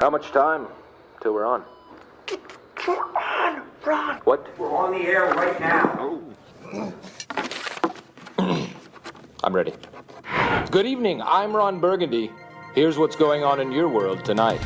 How much time till we're on? We're on, Ron. What? We're on the air right now. I'm ready. Good evening. I'm Ron Burgundy. Here's what's going on in your world tonight.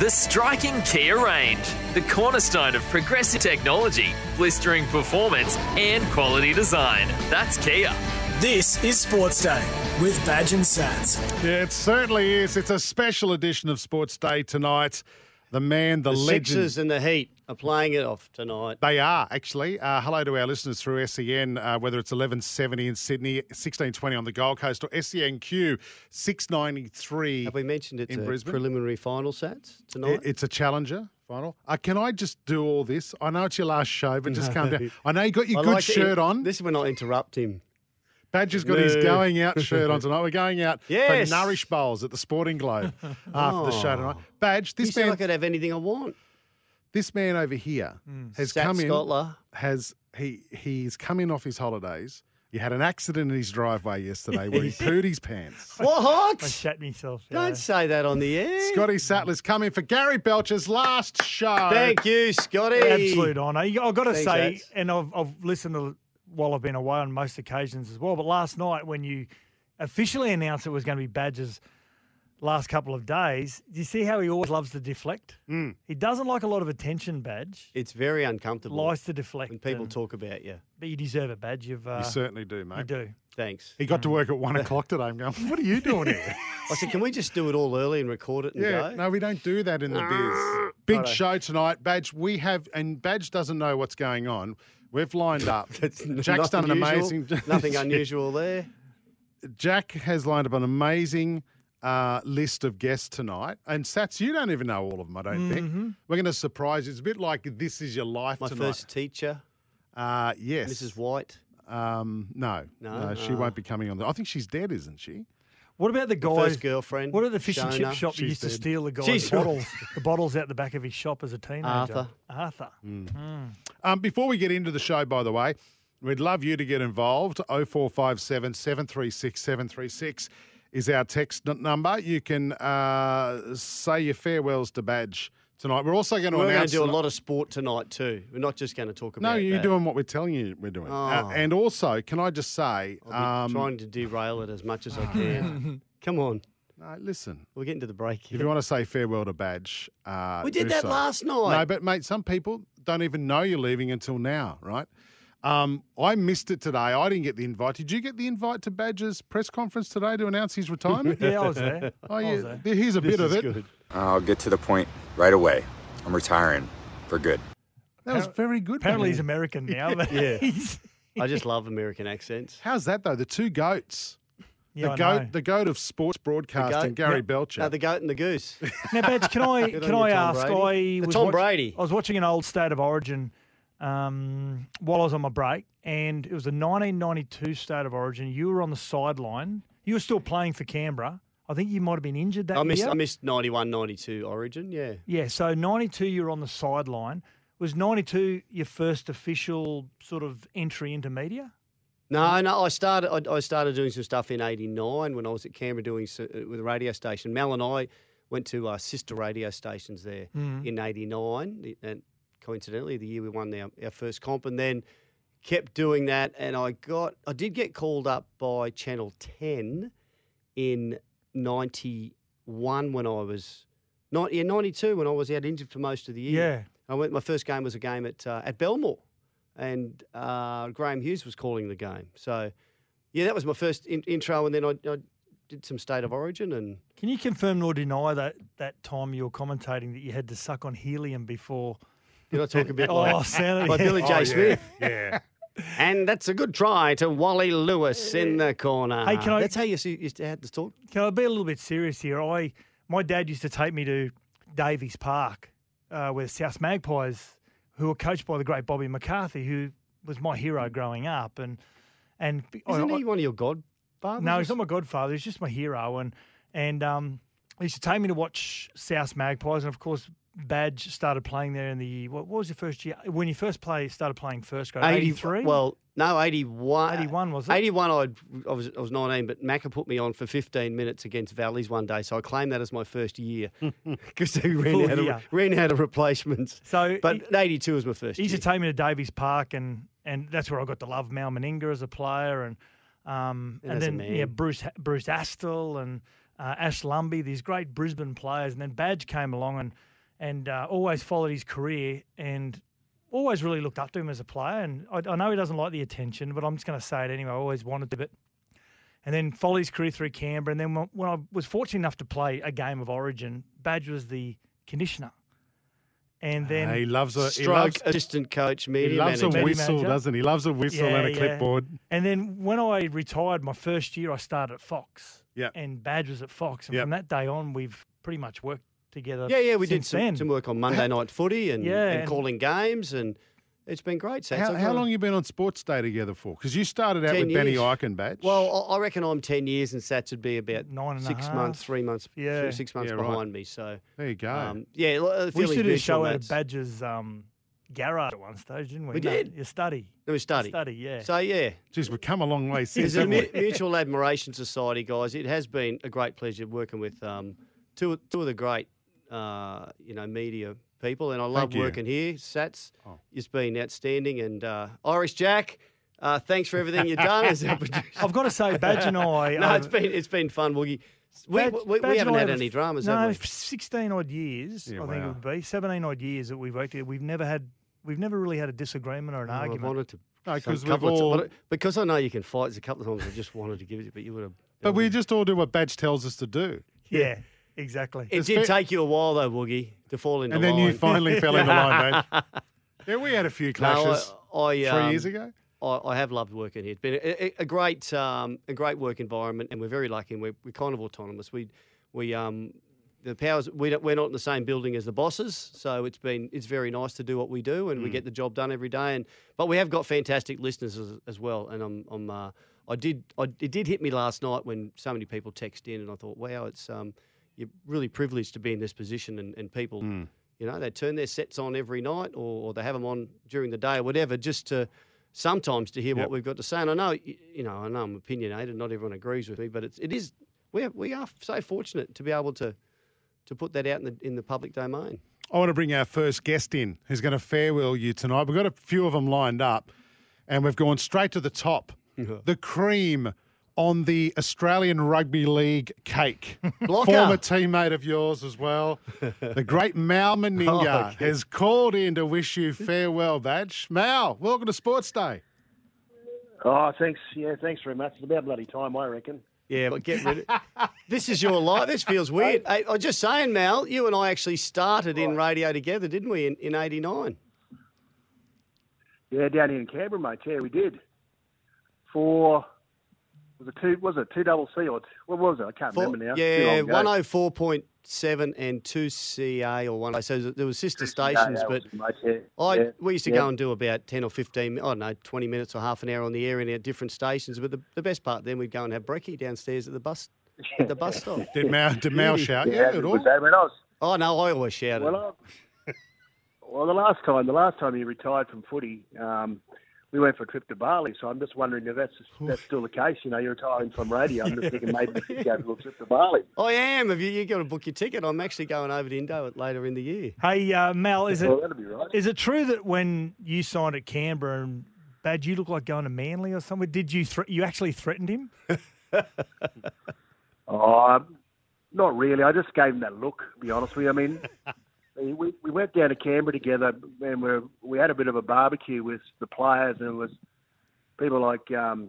The striking Kia range, the cornerstone of progressive technology, blistering performance, and quality design. That's Kia. This is Sports Day with Badge and Sats. Yeah, it certainly is. It's a special edition of Sports Day tonight. The man, the, The legend. Sixers and the Heat are playing it off tonight. They are actually. Uh, hello to our listeners through SEN, uh, whether it's 1170 in Sydney, 1620 on the Gold Coast, or E SENQ 693. Have we mentioned it's In a Brisbane? preliminary final sats I- tonight? It's a challenger final. Uh, can I just do all this? I know it's your last show, but just calm down. I know you got your I good like it. shirt on. This will not interrupt him. Badger's got his No. going out shirt on tonight. We're going out Yes. Oh. for Nourish Bowls at the Sporting Globe after the show tonight. Badge, You this said man, I could have anything I want. this man over here Hmm. has Sat come in. Scottler. has he he's come in off his holidays. He had an accident in his driveway yesterday where he pooed his pants. I What? shat myself. yeah. Don't say that on the air. Scotty Sattler's coming for Gary Belcher's last show. Thank you, Scotty. Absolute honour. You- I've got to Thanks, say, Ats. and I've, I've listened to while I've been away on most occasions as well. But last night, when you officially announced it was going to be Badger's last couple of days, do you see how he always loves to deflect? Mm. He doesn't like a lot of attention, Badge. It's very uncomfortable Likes to deflect. when people and- talk about you. But you deserve it, Badge. You've, uh, You certainly do, mate. you do. Thanks. He got to work at one o'clock today. I'm going, what are you doing here? Hmm. I said, can we just do it all early and record it and go? yeah, no, we don't do that in the biz. Big show tonight. Badge, we have, and Badge doesn't know what's going on. We've lined up. N- Jack's nothing done an unusual, amazing. Nothing unusual there. Jack has lined up an amazing uh, list of guests tonight. And Sats, you don't even know all of them, I don't Mm-hmm. think. We're going to surprise you. It's a bit like This Is Your Life My tonight. first teacher, uh, yes. Mrs. White. Um, no. No? she Oh. won't be coming on. The, I think she's dead, isn't she? Ah. What about the guys? first girlfriend, What about the fish and chip Shona? shop you She's used to dead. steal the guys' She's- bottles, the bottles out the back of his shop as a teenager? Arthur. Mm. Arthur. Mm. Um, before we get into the show, by the way, we'd love you to get involved. 0457 736 736 is our text n- number. You can uh, say your farewells to Badge tonight. We're also going to We're going to announce. do a tonight- lot of sport tonight too. We're not just going to talk about. No, you're that. doing what we're telling you we're doing. Uh, Oh. and also, can I just say, I'm um, trying to derail it as much as I can. Come on, no, listen, we're getting to the break. if Here. you want to say farewell to Badge, uh, we did do that so. last night. No, but mate, some people don't even know you're leaving until now, right? Um, I missed it today. I didn't get the invite. Did you get the invite to Badger's press conference today to announce his retirement? Yeah, I was there. Oh, I was yeah. there. Here's a This bit of is it. good. I'll get to the point right away. I'm retiring for good. That was very good. Apparently he's mate. American now. But Yeah. he's, I just love American accents. How's that though? The two goats. yeah, the I goat, know. the goat of sports goat- broadcasting, Gary yeah. Belcher. No, the goat and the goose. Now, Badge, can I Good can on I you, Tom ask? Brady. I The was Tom Brady. I was watching an old State of Origin um, while I was on my break, and it was the 1992 State of Origin. You were on the sideline. You were still playing for Canberra. I think you might have been injured that I missed. year. I missed 91, 92 Origin. Yeah, yeah, so 92, you were on the sideline. Was 92 your first official sort of entry into media? no, no. I started. I, I started doing some stuff in '89 when I was at Canberra doing s- uh, with a radio station. Mel and I went to our sister radio stations there in '89, and coincidentally, the year we won our, our first comp, and then kept doing that. And I got. I did get called up by Channel 10 in '91 when I was. Not, yeah, 92 when I was out injured for most of the year. Yeah. I went. My first game was a game at uh, at Belmore, and uh, Graham Hughes was calling the game. So, yeah, that was my first in- intro, and then I, I did some state of origin, and Can you confirm nor deny that that time you were commentating that you had to suck on helium before? did I talk a bit Oh, like, sounded- like Billy Oh, J Smith? And that's a good try to Wally Lewis in the corner. Hey, can I- That's how you see- used to have to talk. Can I be a little bit serious here? I my dad used to take me to Davies Park, uh, where the South Magpies, who were coached by the great Bobby McCarthy, who was my hero growing up, and and Isn't I- he one of your godfathers? no, he's not my godfather. He's just my hero, and and um, he used to take me to watch South Magpies, and of course, Badge started playing there in the what, what was your first year when you first play started playing first grade eighty three. Well, no, 81. 81, was it? 81, I'd, I, was, I was 19, but Macca put me on for 15 minutes against Valleys one day, so I claim that as my first year because they Full ran out, year. of, ran out of replacements. So But he- 82 was my first He year. used to take me to Davies Park, and and that's where I got to love Mal Meninga as a player, and um, And and as a then yeah, man. Bruce Bruce Astle and uh, Ash Lumby, these great Brisbane players, and then Badge came along and and uh, always followed his career and always really looked up to him as a player. And I, I know he doesn't like the attention, but I'm just going to say it anyway. I always wanted to, but and then followed his career through Canberra. And then when, when I was fortunate enough to play a game of Origin, Badge was the conditioner. And then Ah, he loves a he Stroke, loves, assistant coach, he media loves a manager. Media whistle, manager. doesn't he? Loves a whistle and a Yeah, yeah. clipboard. And then when I retired my first year, I started at Fox. Yep. And Badge was at Fox. And Yep. from that day on, we've pretty much worked together. Yeah, yeah, we did since some, then. some work on Monday night footy and, Yeah, and and- calling games, and it's been great. Sats. How, I've how got a- long you been on Sports Day together for? Because you started out 10 with Benny years. Eichenbach. Well, I I reckon I'm 10 years, and Sats would be about Nine and a six half. months, three months, Yeah. six months Yeah, right. behind me. So, there you go. um, yeah, l- the We feeling's should do a mutual, show out mates. of Badge's um, garage at one stage, didn't we? We did. You study. It was study. Study, yeah. So Oh, yeah, Jeez, we've come a long way since. it's a haven't we? mu- mutual admiration society, guys. It has been a great pleasure working with um, two two of the great uh, you know media people, and I love you. Oh. working here. Sats, it's been outstanding, and uh, Irish Jack, uh, thanks for everything you've done as our producer. I've got to say, Badge and I. no, over- it's been it's been fun, Woogie. We, Badge- we, Badge we and haven't I had have- any dramas, No, have f- sixteen odd years. I think wow. it would be seventeen odd years that we've worked together. We've never had, we've never really had a disagreement or an we? I argument. wanted to. No, some 'cause we've couple of ti- all- but- because I know you can fight. There's a couple of times I just wanted to give it, but you would have. but we just all do what Badge tells us to do. yeah, exactly. It did take you a while though, Woogie, to fall into And then you line. finally fell in the line, mate. Yeah, we had a few clashes No, I, I, three um, years ago. I, I have loved working here. It's been a, a- a great, um, a great work environment, and we're very lucky. And we're, we're kind of autonomous. We, we, um, the powers we don't, we're not in the same building as the bosses, so it's been it's very nice to do what we do, and we Mm. get the job done every day. And but we have got fantastic listeners as, as well, and I'm, I'm uh, I did, I, it did hit me last night when so many people text in, and I thought, wow, it's um, you're really privileged to be in this position, and, and people. Mm. You know, they turn their sets on every night or, or they have them on during the day or whatever just to sometimes to hear what we've got to say. And I know, y- you know, I know I'm opinionated, not everyone agrees with me, but it's, it is, we are, we are so fortunate to be able to, to put that out in the, in the public domain. I want to bring our first guest in who's going to farewell you tonight. We've got a few of them lined up, and we've gone straight to the top. the cream on the Australian Rugby League cake. Blocker. Former teammate of yours as well. The great Mal Meninga has called in to wish you farewell, Badge. Mal, welcome to Sports Day. Oh, thanks. Yeah, thanks very much. It's about bloody time, I reckon. Yeah, but get rid of This is your life. This feels weird. Hey, I'm just saying, Mal, you and I actually started in radio together, didn't we, in, in 89? Yeah, down here in Canberra, mate. Yeah, we did. For was it two? Was it two double C or t- what was it? I can't Four- remember now. Yeah, Too long one ago. hundred four point seven and two CA or one. oh, So there was sister Yeah, stations, that but was it, mate, yeah, I yeah, we used to yeah. go and do about ten or fifteen. I don't know, twenty minutes or half an hour on the air in our different stations. But the, the best part then we'd go and have brekkie downstairs at the bus at the bus stop. Did Mal, did Mal shout you at it all? was that when I was. Oh no, I always shouted. Well, I- well, the last time, the last time he retired from footy, um, we went for a trip to Bali. So I'm just wondering if that's that's still the case. You know, you're retiring from radio. I'm just thinking maybe we should go for a trip to Bali. I am. Have you? You got to book your ticket. I'm actually going over to Indo later in the year. hey, uh, Mal, is it Well, that'd be right. Is it true that when you signed at Canberra and Bad, you look like going to Manly or somewhere? Did you thre- you actually threatened him? Oh, not really. I just gave him that look. To be honest with you. I mean, we we went down to Canberra together, and we we had a bit of a barbecue with the players, and it was people like um,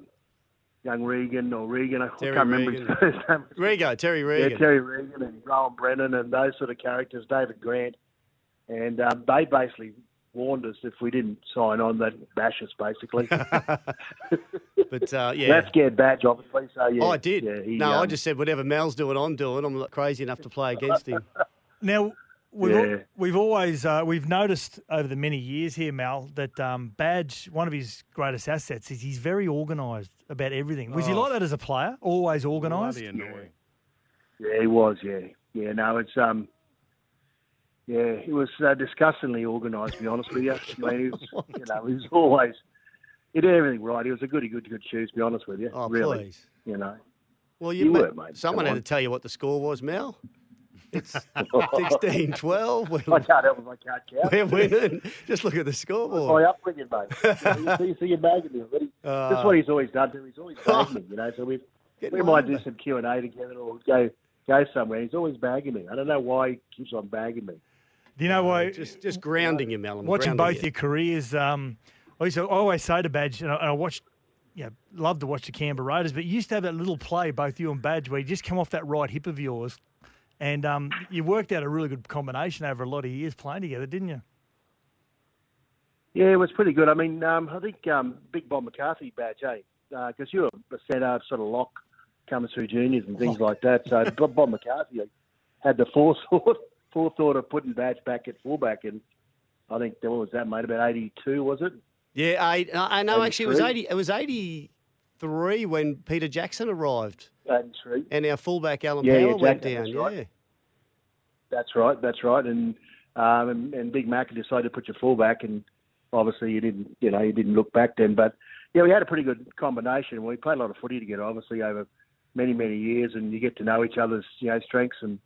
young Regan or Regan. I Terry can't remember Regan. his first name. Rego, Terry Yeah, Regan. Terry Regan and Rowan Brennan and those sort of characters, David Grant, and um, they basically warned us if we didn't sign on, they'd bash us basically. but uh, yeah, That scared Badge, obviously. So yeah, Oh, I did. Yeah, he, no, I um, just said whatever Mal's doing, I'm doing. I'm crazy enough to play against him. Now, we've, al- Yeah. we've always uh, we've noticed over the many years here, Mal, that um, Badge, one of his greatest assets is he's very organised about everything. Was he Oh. like that as a player? Always organised. annoying. Yeah, he was. Yeah, yeah. No, it's um, yeah, he was uh, disgustingly organised. To be honest with you, I mean, he was, you know, he was always he did everything right. He was a goody good good shoes. To be honest with you, Oh, really, please. you know. Well, You you were, mate. mate. Someone had Come to on. tell you what the score was, Mel. It's 16 12. We're, I can't help if I can't count. we're winning. Just look at the My scoreboard. upbringing, mate. You see, you see, you're bagging me already. Uh, That's what he's always done. To me. He's always bagging me, you know. So we we might do some Q and A together or go go somewhere. He's always bagging me. I don't know why he keeps on bagging me. Do you know why? Just, just grounding you, Mel. Watching both your careers, um, I used to I always say to Badge, and I, and I watched, you know, love to watch the Canberra Raiders, but you used to have that little play, both you and Badge, where you just come off that right hip of yours, and um, you worked out a really good combination over a lot of years playing together, didn't you? Yeah, it was pretty good. I mean, um, I think um, Big Bob McCarthy badge, eh? Because you were a centre sort of lock coming through juniors and things like that. So Bob, Bob McCarthy had the forethought forethought of putting Badge back at fullback, and I think what was that, mate? About eighty-two, was it? Yeah, I, I know. Actually, it was 83. 80. It was 83 when Peter Jackson arrived, Eighty-three. and our fullback Alan Yeah, yeah, Power went Jackson, down. that's Yeah, right. That's right. That's right. And um, and, and Big Mac decided to put your fullback, and obviously you didn't, you know, you didn't look back then. But yeah, we had a pretty good combination. We played a lot of footy together, obviously over many many years, and you get to know each other's you know strengths and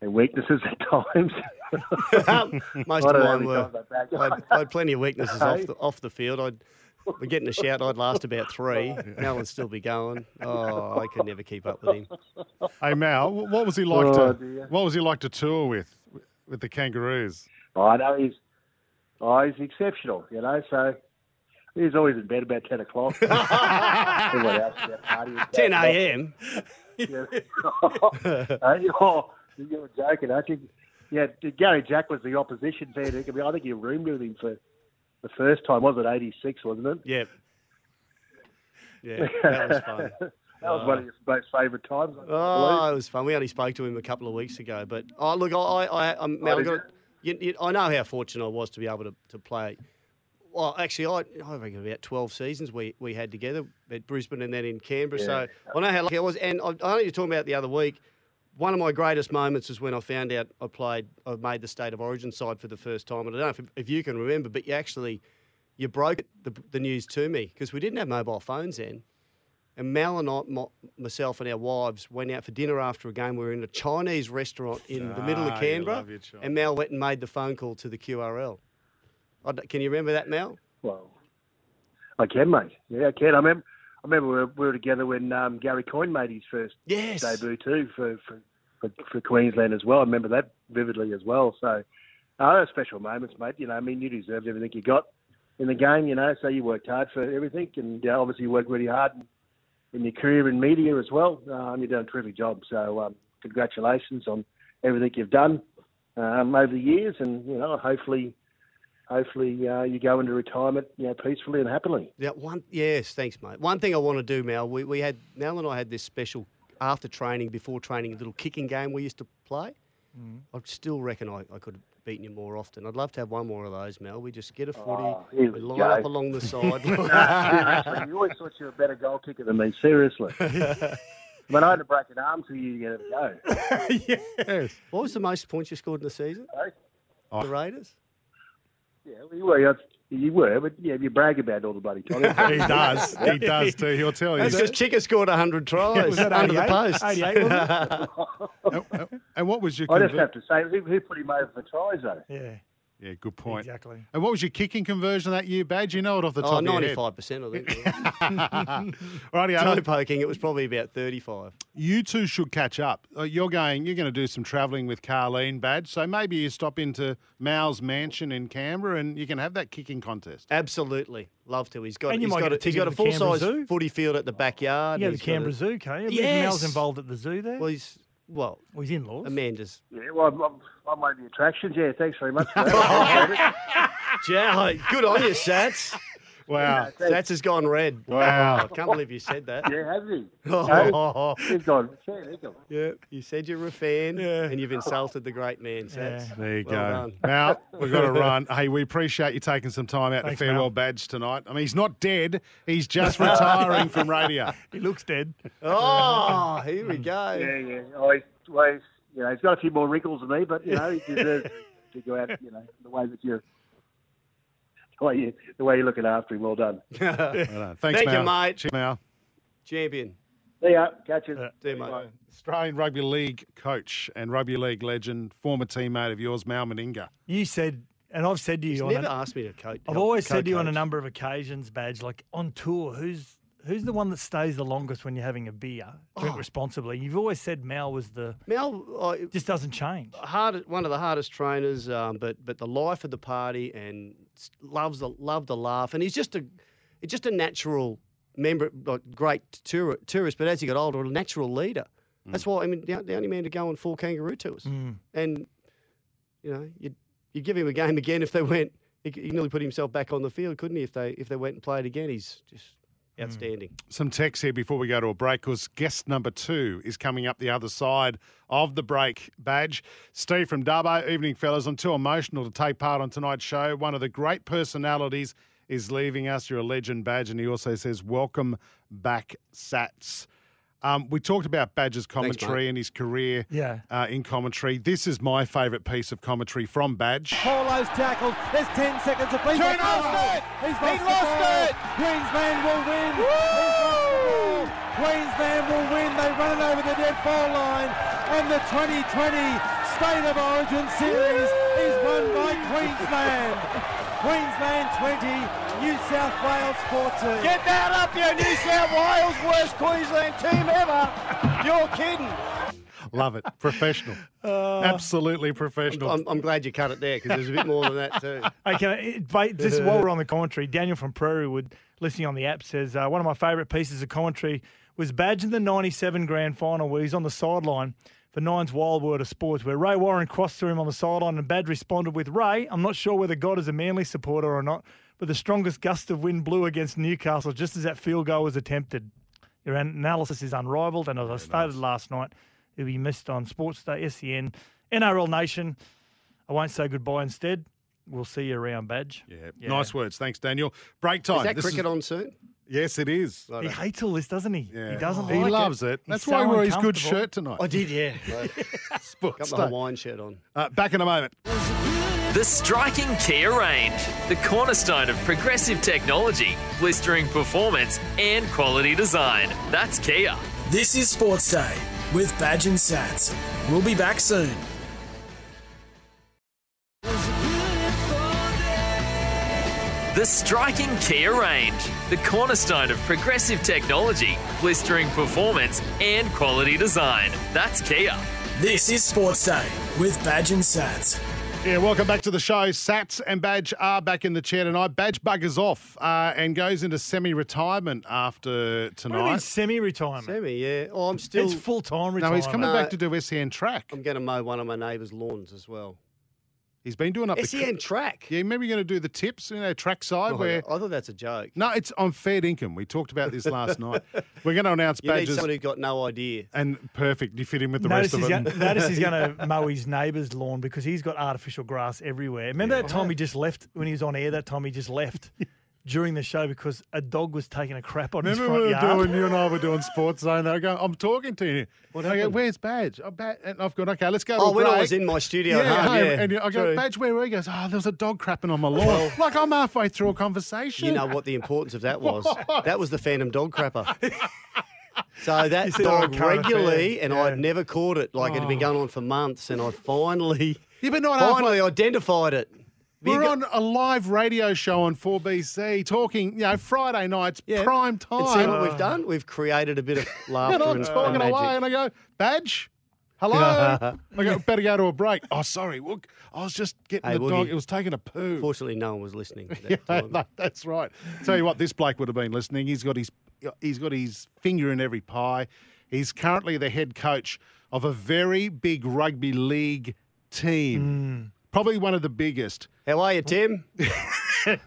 and weaknesses at times. most I of don't know mine were. how many times I've I bagged. had, I had plenty of weaknesses off Hey? the, off the field. I'd we're getting a shout. I'd last about three. Mel would still be going. Oh, I could never keep up with him. Hey Mal, wh- what was he like Oh, to dear. what was he like to tour with with the Kangaroos? I know he's oh, he's exceptional, you know. So he's always in bed about ten o'clock. Everyone else is out partying. 10 a.m. Yeah. Hey, oh, you were joking, aren't you? Yeah, Gary Jack was the opposition fan. I mean, I think you roomed with him for the first time. Was it '86? Wasn't it? Yeah. Yeah, that was fun. That was one of your most favourite times. I Oh, it was fun. We only spoke to him a couple of weeks ago, but oh, look, I, I, I, I'm, Mal, I, did got, you, you, I know how fortunate I was to be able to, to play. Well, actually, I, I reckon about 12 seasons we, we had together at Brisbane and then in Canberra. So I know how lucky I was. And I, I know you're talking about the other week. One of my greatest moments is when I found out I played, I made the state of origin side for the first time. And I don't know if, if you can remember, but you actually, you broke the, the news to me because we didn't have mobile phones then. And Mal and I, my, myself and our wives went out for dinner after a game. We were in a Chinese restaurant in the middle Ah, of you Canberra. love your China. And Mal went and made the phone call to the QRL. I d can you remember that, Mal? Well, I can, mate. Yeah, I can. I remember. I remember we were, we were together when um, Gary Coyne made his first Yes. debut too for, for for for Queensland as well. I remember that vividly as well. So, uh, those special moments, mate. You know, I mean, you deserved everything you got in the game. You know, so you worked hard for everything, and you know, obviously you worked really hard in, in your career in media as well. Um, you've done a terrific job. So, um, congratulations on everything you've done um, over the years, and you know, hopefully. Hopefully, uh, you go into retirement, you know, peacefully and happily. Yeah, one. Yes, thanks, mate. One thing I want to do, Mal. We, we had Mal and I had this special after training, before training, little kicking game we used to play. Mm-hmm. I still reckon I, I could have beaten you more often. I'd love to have one more of those, Mel. We just get a footy, Oh, we here we line go. up along the sideline. Seriously, you always thought you were a better goal kicker than me. Seriously. when I had to break an arm to you, you had to go. Yes. What was the most points you scored in the season? Oh. The Raiders? Yeah, well, you were. You were, but yeah, you brag about it all the bloody time. He does. He does too. He'll tell you. That's because Chica scored 100 tries that under the 88? post. 88, wasn't And- And what was your I just conver- have to say, who, who put him over for tries though? Yeah, Yeah, good point. exactly. And what was your kicking conversion that year, Badge? You know it off the top Oh, of your head. 95%, I think. Righty, Toe poking, it was probably about 35. you two should catch up. Uh, You're going. You're going to do some travelling with Carleen Badge, so maybe you stop into Mao's mansion in Canberra, and you can have that kicking contest. Absolutely. Love to. He's got, And you he's might got, get a, a he's ticket got a to the full Canberra size Zoo. footy field at the backyard. You go to he's the got Canberra a- Zoo, can you? Mal's Yes. involved at the zoo there. Well, Well, he's, well, he's in laws. Amanda's. Yeah, well, I'm, I'm, I'm one of the attractions. Yeah, thanks very much. For that. Yeah, good on you, Sats. Wow. Sats has gone red. Wow. I can't believe you said that. Yeah, has he? Oh. He's gone. Shit, he's gone. Yeah, you said you're a fan and you've insulted the great man, Sats. There you Well go. done. Mal, we've got to run. Hey, we appreciate you taking some time out Thanks, to farewell Mal. badge tonight. I mean, he's not dead. He's just retiring from radio. He looks dead. Oh, here we go. Yeah, yeah. Oh, he's, well, he's, you know, he's got a few more wrinkles than me, but you know, he deserves to go out. You know, the way that you're, the way you, the way you're looking after him. Well done. Well done. Thanks, Thank you, Mal. mate. Cheers, Mal. Champion. There you are. Catch you. See you, mate. Australian rugby league coach and rugby league legend, former teammate of yours, Mal Meninga. You said, and I've said to you, He's on a- never asked me to coach. I've always said to you on a number of occasions, Badge, like on tour, who's who's the one that stays the longest when you're having a beer? Drink responsibly. You've always said Mal was the Mel, Oh. I, just doesn't change. hard, one of the hardest trainers, um, but but the life of the party and s- loves the love the laugh, and he's just a he's just a natural member, like, great tour, tourist. But as he got older, a natural leader. That's why I mean the, the only man to go on four kangaroo tours, Mm. and you know you you give him a game again if they went. He, c- he nearly put himself back on the field, couldn't he? If they if they went and played again, he's just Mm. outstanding. Some text here before we go to a break because guest number two is coming up the other side of the break badge. Steve from Dubbo, evening fellas. I'm too emotional to take part on tonight's show. One of the great personalities is leaving us. You're a legend, badge. And he also says, Welcome back, Sats. Um, we talked about Badger's commentary and his career Yeah. uh, in commentary. This is my favourite piece of commentary from Badge. Paulo's tackled. There's 10 seconds of play. He's lost it. He's lost, it. Queensland will win. He's lost the ball. Queensland will win. They run it over the dead ball line. And the 2020 State of Origin Series is won by Queensland. Queensland 20, New South Wales 14. Get that up, you New South Wales worst Queensland team ever. You're kidding. Love it. Professional. Absolutely professional. Uh, I'm, I'm glad you cut it there because there's a bit more than that too. Okay, it- but just while we're on the commentary, Daniel from Prairie Wood, listening on the app, says uh, one of my favourite pieces of commentary was Badge in the '97 Grand Final, where he's on the sideline for Nine's Wild World of Sports, where Ray Warren crossed through him on the sideline, and Badge responded with, "Ray, I'm not sure whether God is a Manly supporter or not, but the strongest gust of wind blew against Newcastle just as that field goal was attempted. Your an- analysis is unrivalled, and as I stated last night, it will be missed on Sports Day, E SEN, NRL Nation." I won't say goodbye instead. We'll see you around, Badge. Yeah. Nice words. Thanks, Daniel. Break time. Is that This cricket on soon? Yes, it is. Right. He hates all this, doesn't he? He doesn't He like it. loves it. He's That's so why he wore his good uncomfortable. shirt tonight. did, yeah. Sports Got my Day. Hawaiian shirt on. Uh, back in a moment. The striking Kia range, the cornerstone of progressive technology, blistering performance, and quality design. That's Kia. This is Sports Day with Badge and Sats. We'll be back soon. The striking Kia range, the cornerstone of progressive technology, blistering performance, and quality design. That's Kia. This is Sports Day with Badge and Sats. Yeah, welcome back to the show. Sats and Badge are back in the chair tonight. Badge buggers off uh, and goes into semi-retirement after What do you mean tonight. semi-retirement? Sammy, yeah. Oh, I'm still. it's full-time No, retirement. he's coming back to do SEN track. I'm going to mow one of my neighbour's lawns as well. He's been doing up the. SEN track. Yeah, remember you're going to do the tips, you know, trackside Oh, where. I thought that's a joke. No, it's on fair income. We talked about this last night. We're going to announce You need badges. someone who got no idea. And perfect, you fit in with the Notice rest he's, of them. gonna, notice he's going to mow his neighbour's lawn because he's got artificial grass everywhere. Remember that time he just left when he was on air? That time he just left during the show because a dog was taking a crap on his Remember front we were yard. doing, you and I were doing Sports Zone. I go, I'm talking to you. I go, happened? where's Badge? Oh, Badge. And I've gone, okay, let's go to Oh, a when I break." was in my studio yeah, at home, home, yeah. And I go, True. Badge, where were you? He goes, oh, there was a dog crapping on my lawn. like, I'm halfway through a conversation. You know what the importance of that was? What? That was the phantom dog crapper. So that said on dog current affair, regularly, and yeah. I'd never caught it. Like it had Oh. been going on for months, and I finally, Yeah, but not halfway. finally identified it. We're on a live radio show on 4BC talking, you know, Friday nights, prime time. And see what we've done? We've created a bit of and laughter I'm and, and talking magic. away, and I go, Badge, hello. I go, better go to a break. Oh, sorry, Wook. I was just getting Hey, the Woogie. dog. It was taking a poo. Fortunately, no one was listening. At that Yeah, time. that- that's right. Tell you what, this bloke would have been listening. He's got his he's got his finger in every pie. He's Hmm. currently the head coach of a very big rugby league team. Probably one of the biggest. How are you, Tim? no, One of the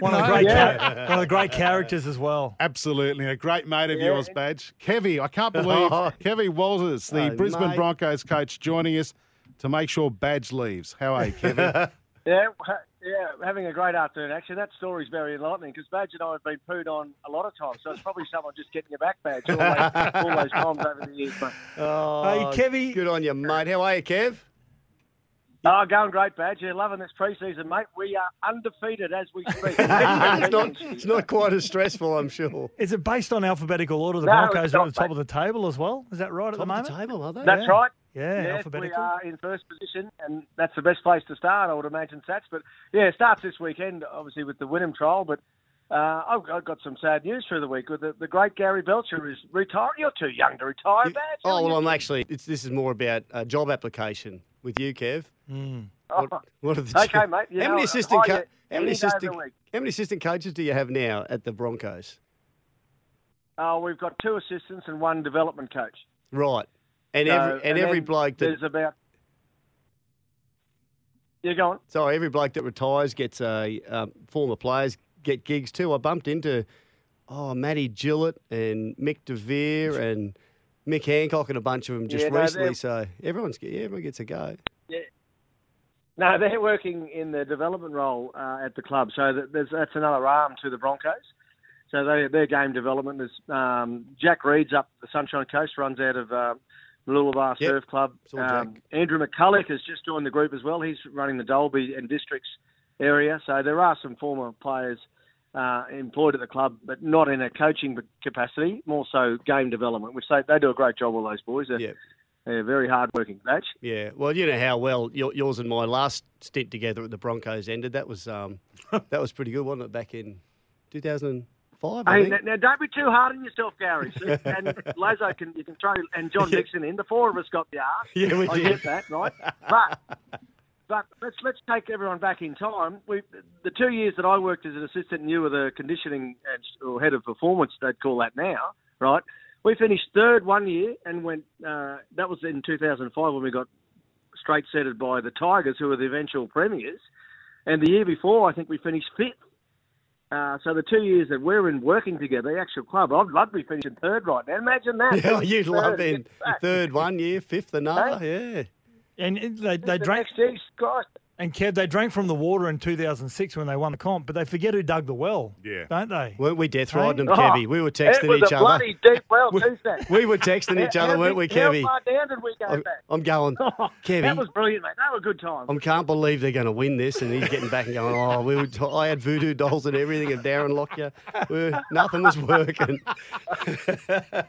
no. great char- one of the great characters as well. Absolutely, a great mate of Yeah. yours, Badge. Kevy, I can't believe Kevy Walters, the Oh, Brisbane mate. Broncos coach, joining us to make sure Badge leaves. How are you, Kevy? Yeah, ha- yeah, having a great afternoon. Actually, that story's very enlightening because Badge and I have been pooed on a lot of times, so it's probably someone just getting your back, Badge, all those, all those times over the years. Mate. Oh, Kevy. Good on you, mate. How are you, Kev? Oh, going great, Badge. Yeah, loving this preseason, mate. We are undefeated as we speak. it's, not, it's not quite as stressful, I'm sure. Is it based on alphabetical order? The No, it's Broncos are not, at the top of the table as well. Is that right at the moment? table, are they? That's right. Yeah, yes, alphabetical. We are in first position, and that's the best place to start, I would imagine, Sats. But yeah, it starts this weekend, obviously, with the Wynnum trial. But uh, I've, I've got some sad news through the week. With The, the great Gary Belcher is retiring. You're too young to retire, Badge. Oh, well, I'm actually, it's, this is more about a job application with you, Kev. Hmm. What, what are the Okay, mate. You how know, many assistant, hi, co- yeah, how, any many day of assistant the week. how many assistant coaches do you have now at the Broncos? Uh, we've got two assistants and one development coach. Right. And So- every and, every then bloke that There's about. You're going. Sorry, every bloke that retires gets a um, former players get gigs too. I bumped into oh Matty Gillett and Mick DeVere and Mick Hancock and a bunch of them just Yeah, no, recently. they're- so everyone's yeah, everyone gets a go. Yeah. No, they're working in the development role uh, at the club, so that there's, that's another arm to the Broncos. So they, their game development is um, Jack Reed's up the Sunshine Coast, runs out of uh, Malulabar Surf Club. Um, all Jack. Andrew McCulloch has just joined the group as well. He's running the Dolby and Districts area. So there are some former players uh, employed at the club, but not in a coaching capacity, more so game development, which they, they do a great job, all those boys. They're, they're very hard-working batch. Yeah, well, you know how well your, yours and my last stint together at the Broncos ended. That was um, that was pretty good, wasn't it? Back in 2005. I Hey, think. now, now don't be too hard on yourself, Gary. and Lazo can you can throw and John Dixon in. The four of us got the arse. Yeah, we I did. get that, right? But but let's let's take everyone back in time. We the two years that I worked as an assistant, and you were the conditioning and, or head of performance, they'd call that now, right? We finished third one year and went. Uh, that was in 2005 when we got straight setted by the Tigers, who were the eventual premiers. And the year before, I think we finished fifth. Uh, so the two years that we're in working together, the actual club, I'd love to be finishing third right now. Imagine that. Yeah, you'd love Third. being third one year, fifth another. Yeah. And it- they, they drank. And Kev, they drank from the water in 2006 when they won the comp, but they forget who dug the well, yeah. don't they? Weren't we death Hey? riding Oh, them, Kevy? We were texting each other. deep well, We- we were texting each other, weren't we, Kevy? How far down did we go I'm, back? I'm going, That Kevy. was brilliant, mate. That was a good time. I can't believe they're going to win this, and he's getting back and going, "Oh, we were t- I had voodoo dolls and everything, and Darren Lockyer, we nothing was working."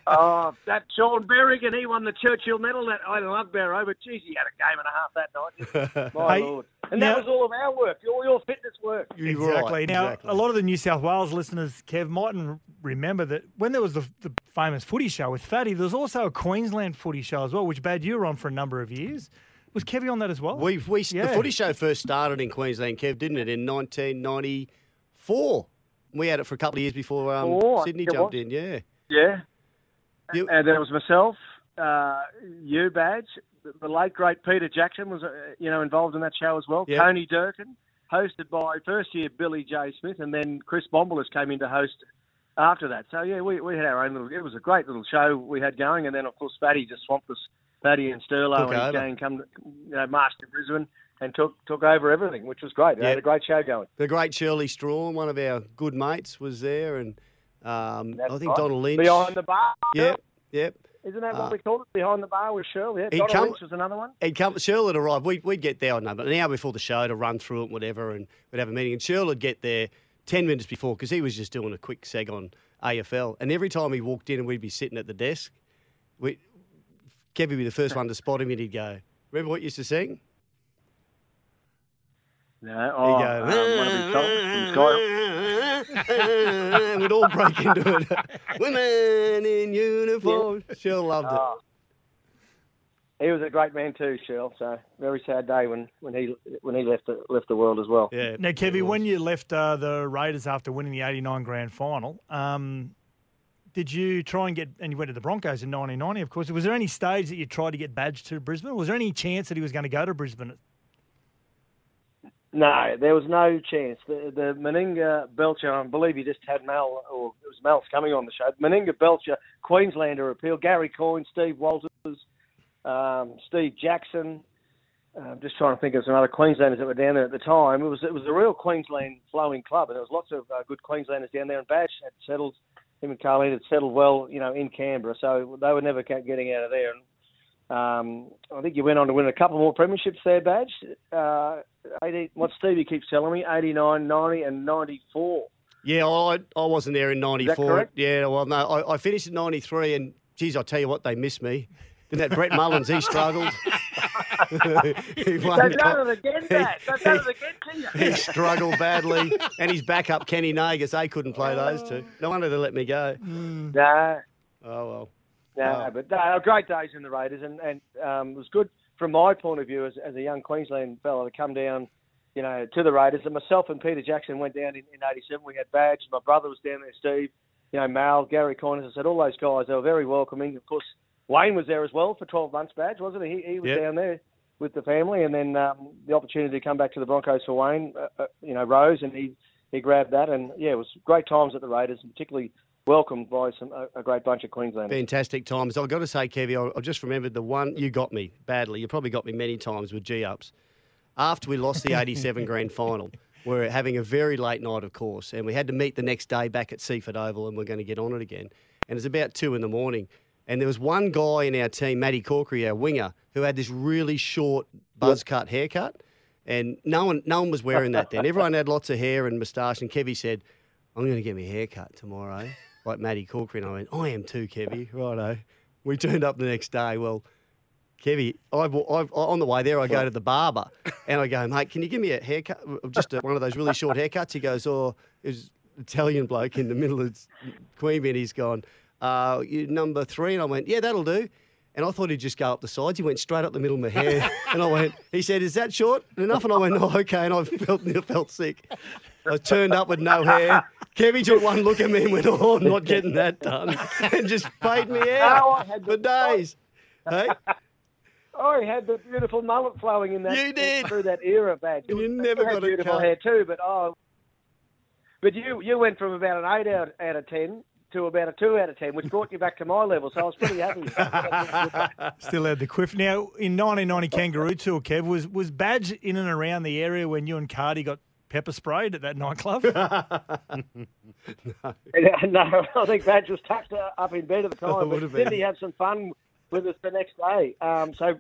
oh, that Sean Berrigan, he won the Churchill Medal. That I love Barrow, but geez, he had a game and a half that night. didn't he? My Hey, lord! And now- that was all of our work, all your fitness work. exactly. Now, a lot of the New South Wales listeners, Kev, mightn't remember that when there was the, the famous footy show with Fatty, there was also a Queensland footy show as well, which, Bad, you were on for a number of years. Was Kevy on that as well? We, we Yeah. the footy show first started in Queensland, Kev, didn't it? In 1994, we had it for a couple of years before um, Four, Sydney it was. jumped in. Yeah, Yeah. And there was myself, uh, you, Badge, the- the late great Peter Jackson was, uh, you know, involved in that show as well. Yep. Tony Durkin, hosted by first year Billy J. Smith, and then Chris Bombolas came in to host after that. So yeah, we, we had our own little. It was a great little show we had going, and then of course Fatty just swamped us. Fatty and Sturlo Took and his over. gang come, to- you know, marched to Brisbane and took took over everything, which was great. They Yep. had a great show going. the great Shirley Strawn, one of our good mates, was there, and um, I think Right? Donald Lynch. behind the bar. Yep, yep. Isn't that Uh, what we call it? Behind the bar with Shirley. Yeah, He Donald come- Lynch was another one. And come, Shirl would arrive. We'd, we'd get there, I know, but an hour before the show to run through it and whatever, and we'd have a meeting. And Shirl would get there 10 minutes before because he was just doing a quick seg on AFL. And every time he walked in and we'd be sitting at the desk, we, Kevin would be the first one to spot him and he'd go, Remember what you used to sing? No, He'd oh, go, um, one of his songs from Sky. and we'd all break into it. Women in uniform. Shirl loved it. Oh. He was a great man too, Shirl. So very sad day when, when he when he left the, left the world as well. Yeah. Now, Kevy, when you left uh, the Raiders after winning the 89 grand final, um, did you try and get, and you went to the Broncos in 1990, of course. Was there any stage that you tried to get Badge to Brisbane? Was there any chance that he was going to go to Brisbane? No, there was no chance. The, the Meninga Belcher, I believe he just had Mel, or it was Mel's coming on the show. Meninga Belcher, Queenslander appeal, Gary Coyne, Steve Walters, um, Steve Jackson. Uh, I'm just trying to think of some other Queenslanders that were down there at the time. It was it was a real Queensland flowing club, and there was lots of uh, good Queenslanders down there. And Badge had settled, him and Carleen had settled well, you know, in Canberra, so they were never ca- getting out of there. And um, I think you went on to win a couple more premierships there, Badge. Uh, 80, what Stevie keeps telling me, 89, 90 and 94. Yeah, I, I wasn't there in that 94. correct? Yeah, well, no, I, I finished in 93, and geez, I tell you what, they missed me. Then that Brett Mullins, he struggled. he, won- They've done it again, Badge. They've done it again to you. he struggled badly, and his backup, Kenny Nagus, they couldn't play those two. No wonder they let me go. No. Oh, well. No, Wow. but they are great days in the Raiders, and and um, it was good from my point of view as, as a young Queensland fella to come down, you know, to the Raiders. And myself and Peter Jackson went down in, in '87. We had Badge, my brother was down there, Steve, you know, Mal, Gary Corners. I said all those guys. They were very welcoming. Of course, Wayne was there as well for 12 months. Badge wasn't he? He was Yep. down there with the family, and then um, the opportunity to come back to the Broncos for Wayne, uh, uh, you know, rose, and he he grabbed that. And yeah, it was great times at the Raiders, and particularly. Welcomed by some a, a great bunch of Queenslanders. Fantastic times. I've got to say, Kevy, I- I've just remembered the one you got me badly. You probably got me many times with G ups. After we lost the 87 grand final, we are having a very late night, of course, and we had to meet the next day back at Seaford Oval and we're going to get on it again. And it's about two in the morning. And there was one guy in our team, Matty Corkery, our winger, who had this really short buzz cut haircut. And no one, no one was wearing that then. Everyone had lots of hair and moustache. And Kevy said, I'm going to get my hair cut tomorrow, like Matty Corkery. And I went, I am too, Kevy. Righto. We turned up the next day. Well, Kevy, I've, I've, on the way there, I go to the barber and I go, mate, can you give me a haircut? Just a, one of those really short haircuts. He goes, oh, it was Italian bloke in the middle of Queanbeyan. He's gone, uh, you number three. And I went, yeah, that'll do. And I thought he'd just go up the sides. He went straight up the middle of my hair. and I went, he said, is that short enough? And I went, no, okay. And I felt, felt sick. I turned up with no hair. Kevy took one look at me and went, oh, I'm not getting that done. and just paid me No, I out had for days. Hey? Oh, he had the beautiful mullet flowing in that. You did. through that era, badge. You never had got it beautiful cut. hair too, but oh, but you you went from about an eight out, out of ten to about a two out of ten, which brought you back to my level. So I was pretty happy. Still had the quiff. Now, in 1990 Kangaroo Tour, Kev, was, was Badge in and around the area when you and Cardi got pepper sprayed at that nightclub? no, I think Badge was tucked up in bed at the Oh, time. would have But didn't been. he have some fun with us the next day? Um, so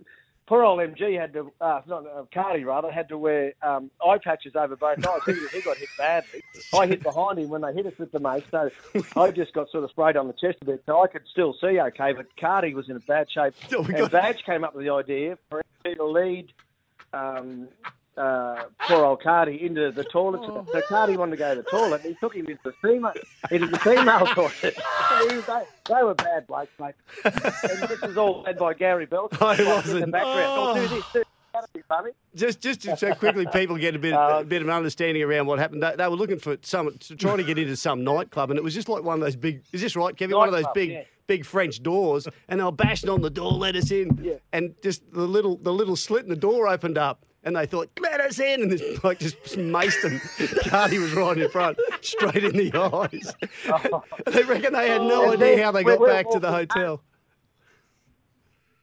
poor old MG had to, uh, not uh, Cardi rather, had to wear um, eye patches over both eyes. He, he got hit badly. I hit behind him when they hit us with the mace, so I just got sort of sprayed on the chest a bit, so I could still see okay. But Cardi was in a bad shape, and Badge came up with the idea for MG to lead. Um, uh, poor old Cardi into the toilet. So Cardi wanted to go to the toilet. He took him into the female, into the female toilet. He was- they, they were bad blokes, mate. And this was all led by Gary Belcher. I like, In the wasn't. background. Oh. Oh, do this, do that. That'd be funny. just just to- so quickly, people get a bit Uh, a bit of an understanding around what happened. They, they were looking for some to try to get into some nightclub, and it was just like one of those big. Is this right, Kevin? One of those Nightclub, big yeah. big French doors, and they were bashing on the door, let us in, and just the little the little slit in the door opened up. And they thought, let us in. And this bloke just maced them. Cardi was right in front, straight in the eyes. they reckon they had no Oh. And idea then how they we're- got we're back to the walking hotel.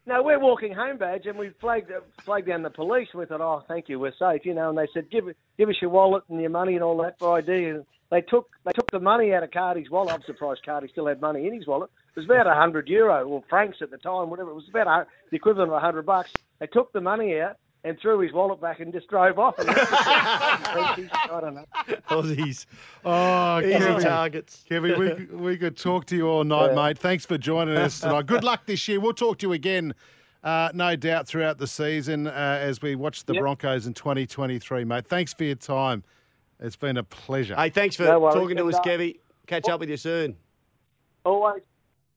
No, we're walking home, badge, and we flagged flagged down the police. We thought, oh, thank you, we're safe, you know. And they said, give give us your wallet and your money and all that for ID. And they took they took the money out of Cardi's wallet. I'm surprised Cardi still had money in his wallet. It was about a hundred euro or francs at the time, whatever. It was about a, the equivalent of a hundred bucks. They took the money out and threw his wallet back and just drove off. And I don't know. Aussies. Oh, Easy Kevin. targets. Kevin, we, we could talk to you all night, mate. Thanks for joining us tonight. Good luck this year. We'll talk to you again, uh, no doubt, throughout the season uh, as we watch the Broncos in 2023, mate. Thanks for your time. It's been a pleasure. Hey, thanks for talking to us, uh, Kevy. Catch up with you soon. Always,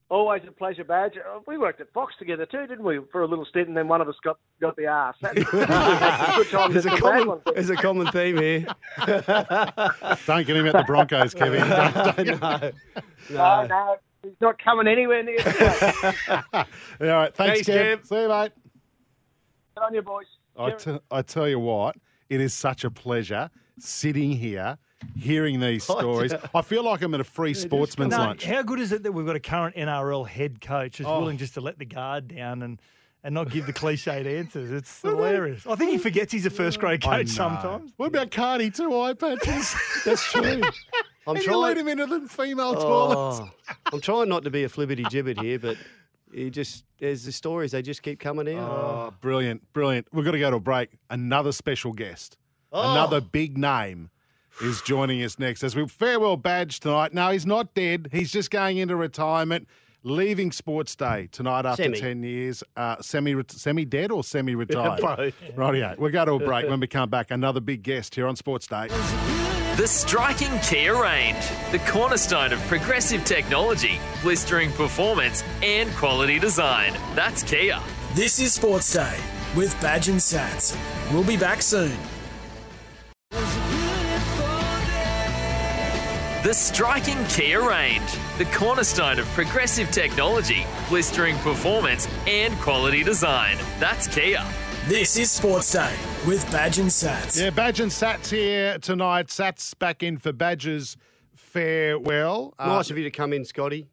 always a pleasure, Badge. Uh, We worked at Fox together too, didn't we? For a little stint, and then one of us got got the arse. That- Good time There's to a come back common, one day. there's a common theme here. Don't get him at the Broncos, Kevin. Oh. Don't- don't- no, No, no, he's not coming anywhere near. All right, thanks, Thanks, Kev. See you, mate. Get on your boys. I, t- I tell you what, It is such a pleasure sitting here, hearing these I stories. know. I feel like I'm at a free sportsman's No, lunch. How good is it that we've got a current NRL head coach who's Oh. willing just to let the guard down and, and not give the cliched answers? It's hilarious. I think he forgets he's a first grade I coach know. sometimes. What about Cardi? Two eye patches. That's true. I'm trying- and you lead him into the female toilets. Oh, I'm trying not to be a flibbity gibbet here, but you just there's the stories they just keep coming out. Oh, brilliant, brilliant. We've got to go to a break. Another special guest, Oh. another big name is joining us next as we farewell badge tonight. No, he's not dead. He's just going into retirement, leaving Sports Day tonight after Semi. 10 years. Uh, semi semi dead or semi retired? both. Rightio. We'll go to a break when we come back. Another big guest here on Sports Day. The striking Kia range, the cornerstone of progressive technology, blistering performance, and quality design. That's Kia. This is Sports Day with Badge and Sats. We'll be back soon. The striking Kia range, the cornerstone of progressive technology, blistering performance, and quality design. That's Kia. This is Sports Day eh, with Badge and Sats. Yeah, Badge and Sats here tonight. Sats back in for Badger's farewell. Uh, Nice of you to come in, Scotty.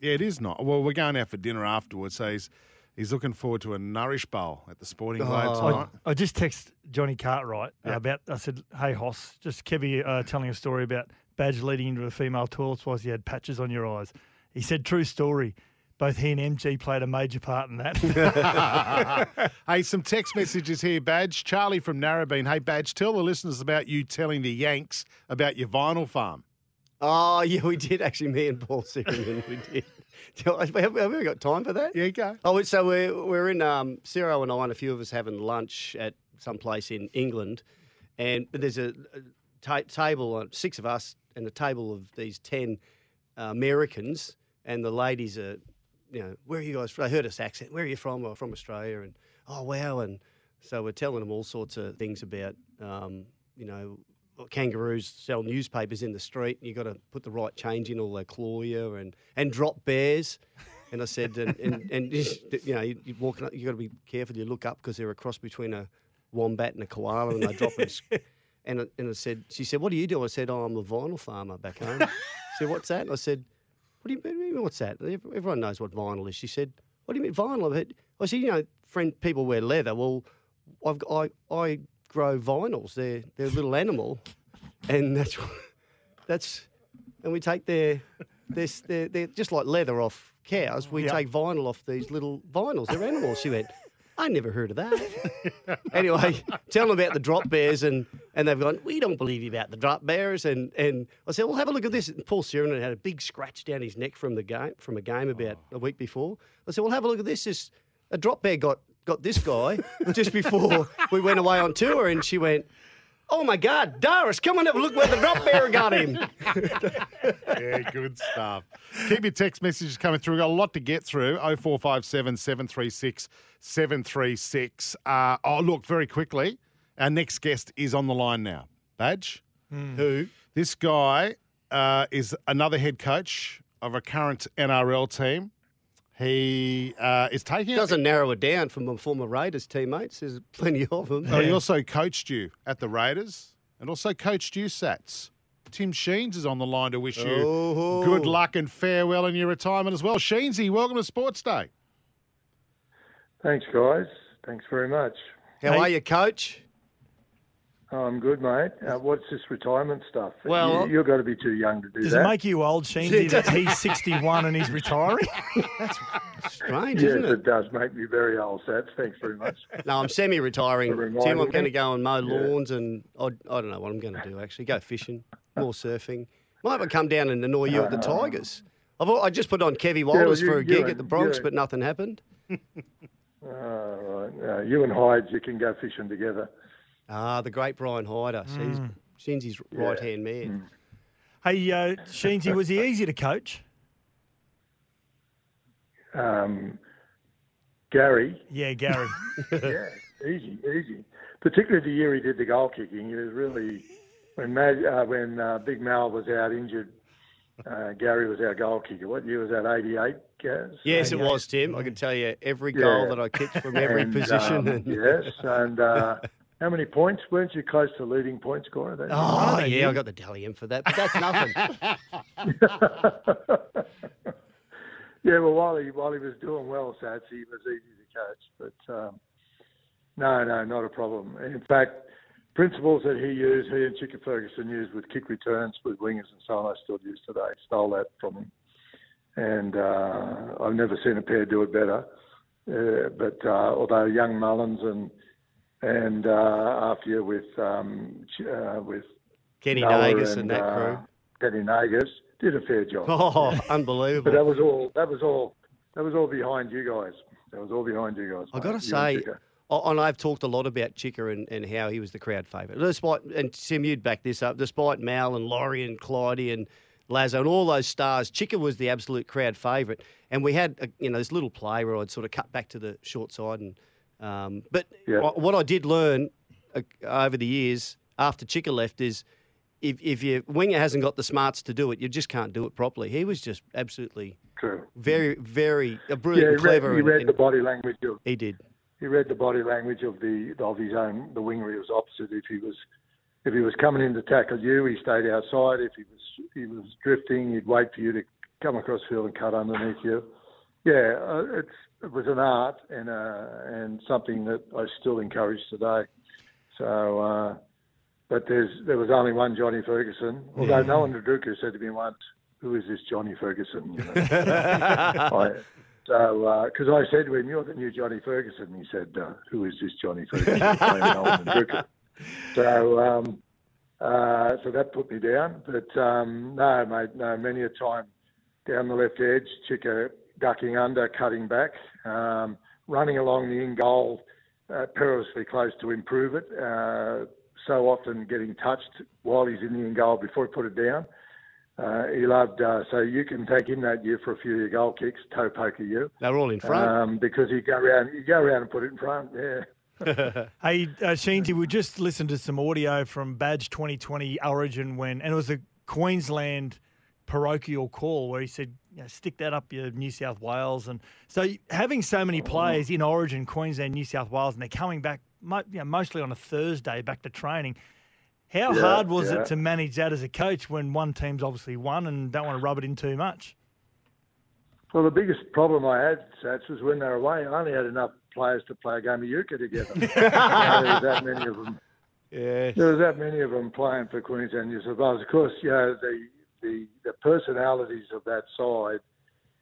Yeah, it is not. Well, we're going out for dinner afterwards, so he's he's looking forward to a nourish bowl at the Sporting Globe Oh. I, tonight. I just text Johnny Cartwright Oh, Yeah. about. I said, "Hey, Hoss, just Kevy uh, telling a story about Badge leading into the female toilets whilst he had patches on your eyes." He said, "True story. Both he and MG played a major part in that." hey, some text messages here, Badge. Charlie from Narrabeen. Hey, Badge, tell the listeners about you telling the Yanks about your vinyl farm. Oh yeah, we did actually. Me and Paul Sickerman, we did. Do I- Have have we got time for that? Yeah, go. Oh, so we're we're in um, Ciro and I, and a few of us having lunch at some place in England, and there's a, a ta- table, uh, six of us, and a table of these ten uh, Americans, and the ladies are, you know, where are you guys from? They heard us accent. Where are you from? Oh, from Australia, and oh wow, and so we're telling them all sorts of things about, um, you know, kangaroos sell newspapers in the street. You got to put the right change in, or they claw you, and and drop bears. And I said, and, and, and you know, you, you're walking up, you got to be careful. You look up because they're a cross between a wombat and a koala, and they drop and s- and I, and I said, she said, what do you do? I said, oh, I'm a vinyl farmer back home. she said, what's that? And I said, what do you mean- mean? What's that? Ev- Everyone knows what vinyl is. She said, what do you mean vinyl? I said- I said, you know, friend, people wear leather. Well, I've, g- I I grow vinyls. They're they're a little animal, and that's wh- that's and we take their their s- their, their just like leather off cows. We Yeah. take vinyl off these little vinyls. They're animals. She went. I never heard of that. anyway, tell them about the drop bears, and, and they've gone, We don't believe you about the drop bears. And, and I said, Well, have a look at this. And Paul Sirenan had a big scratch down his neck from the game from a game about a week before. I said, Well, have a look at this. this a drop bear got, got this guy just before we went away on tour. And she went, Oh my God, Doris, come and have a look where the drop bear got him. yeah, good stuff. Keep your text messages coming through. We've got a lot to get through. 0457 736 736. Uh, oh, look, very quickly. Our next guest is on the line now. Badge? Who? This guy uh, is another head coach of a current NRL team. He uh, is taking Doesn't narrow it down from my former Raiders teammates. There's plenty of them. Oh, he also coached you at the Raiders and also coached you, Sats. Tim Sheens is on the line to wish you Oh. good luck and farewell in your retirement as well. Sheensy, welcome to Sports Day. Thanks, guys. Thanks very much. How are you, Coach? I'm good, mate. Uh, what's this retirement stuff? Well- you, you've got to be too young to do Does that. it make you old, Sheensy, that he's 61 and he's retiring? That's strange, yes, isn't it? does make me very old, Sats. Thanks very much. No, I'm semi-retiring. Tim, reminding I'm going to me. go and mow Yeah. lawns, and I, I don't know what I'm going to do. Actually, go fishing, more surfing. Might have to come down and annoy you at the Uh, Tigers. I've al- I just put on Kevy well, Wilders you- for a you're gig a- at the Bronx, you're a- but nothing happened. All right. Uh, you and Hyde, you can go fishing together. Ah, the great Brian Hyder. Mm. Shinsy's right hand man. Mm. Hey, uh, Sheensy, was he easy to coach? Um, Gary. Yeah, Gary. yeah, easy, easy. Particularly the year he did the goal kicking, it was really when Mag, uh, when uh, Big Mal was out injured. Uh, Gary was our goal kicker. What year was that? Eighty-eight. Gaz? Yes, it 88? was Tim. I can tell you every goal that I kicked from every And, position. um, and- yes, and uh, How many points? Weren't you close to leading point scorer? That Oh, yeah, I got the Dally M for that, but that's nothing. Yeah, well, while he while he was doing well, Sats, he was easy to coach. But um, no, no, not a problem. In fact, principles that he used, he and Chicken Ferguson used with kick returns, with wingers and so on, I still use today. Stole that from him, and uh, I've never seen a pair do it better. Uh, but uh, although young Mullins and and uh, after you with um, Ch- uh, with Kenny Noah uh, Nagus and that crew. Kenny Nagus did a fair job. Oh, unbelievable. But that was all. That was all. That was all behind you guys. That was all behind you guys. mate. I've got You to and say, Chicker. o- and I've talked a lot about Chicker and, and how he was the crowd favourite. Despite and Tim, you'd back this up. Despite Mal and Laurie and Clyde and Lazo and all those stars, Chicker was the absolute crowd favourite. And we had a, you know this little play where I'd sort of cut back to the short side. And um, but Yeah. I- what I did learn uh, over the years after Chicker left is. If, if your winger hasn't got the smarts to do it, you just can't do it properly. He was just absolutely true, very, very yeah, he uh, brilliant, read, and clever. he and- read and- the body language of. He did. He read the body language of the of his own the winger he was opposite. If he was if he was coming in to tackle you, he stayed outside. If he was he was drifting, he'd wait for you to come across field and cut underneath you. Yeah, uh, it's it was an art and uh, and something that I still encourage today. So, uh, but there's there was only one Johnny Ferguson. Although Yeah. Nolan Duduku said to me once, "Who is this Johnny Ferguson?" You know? I, so, because I said to him, "You're the new Johnny Ferguson," he said, uh, "Who is this Johnny Ferguson?" I am Nolan Duduku. So, um, uh, so that put me down. But um, no, mate, no. Many a time down the left edge, Chicker ducking under, cutting back, um, running along the in goal, uh, perilously close to improve it. Uh, so often getting touched while he's in the in goal before he put it down. Uh, he loved uh, so you can take him that year for a few of your goal kicks, toe poker you. They were all in front. um, because you go around, you go around and put it in front. Yeah. Hey, uh, Sheensy, we just listened to some audio from Badge 2020 Origin when, and it was a Queensland parochial call where he said, you know, stick that up your New South Wales. And so having so many players in Origin, Queensland, New South Wales, and they're coming back mo- you know, mostly on a Thursday back to training. How Yeah, hard was yeah. it to manage that as a coach when one team's obviously won and don't want to rub it in too much? Well, the biggest problem I had, Sats, was when they were away, I only had enough players to play a game of euchre together. there was that many of them. Yeah. There was that many of them playing for Queensland New South Wales. Of course, you know, the, the, the personalities of that side,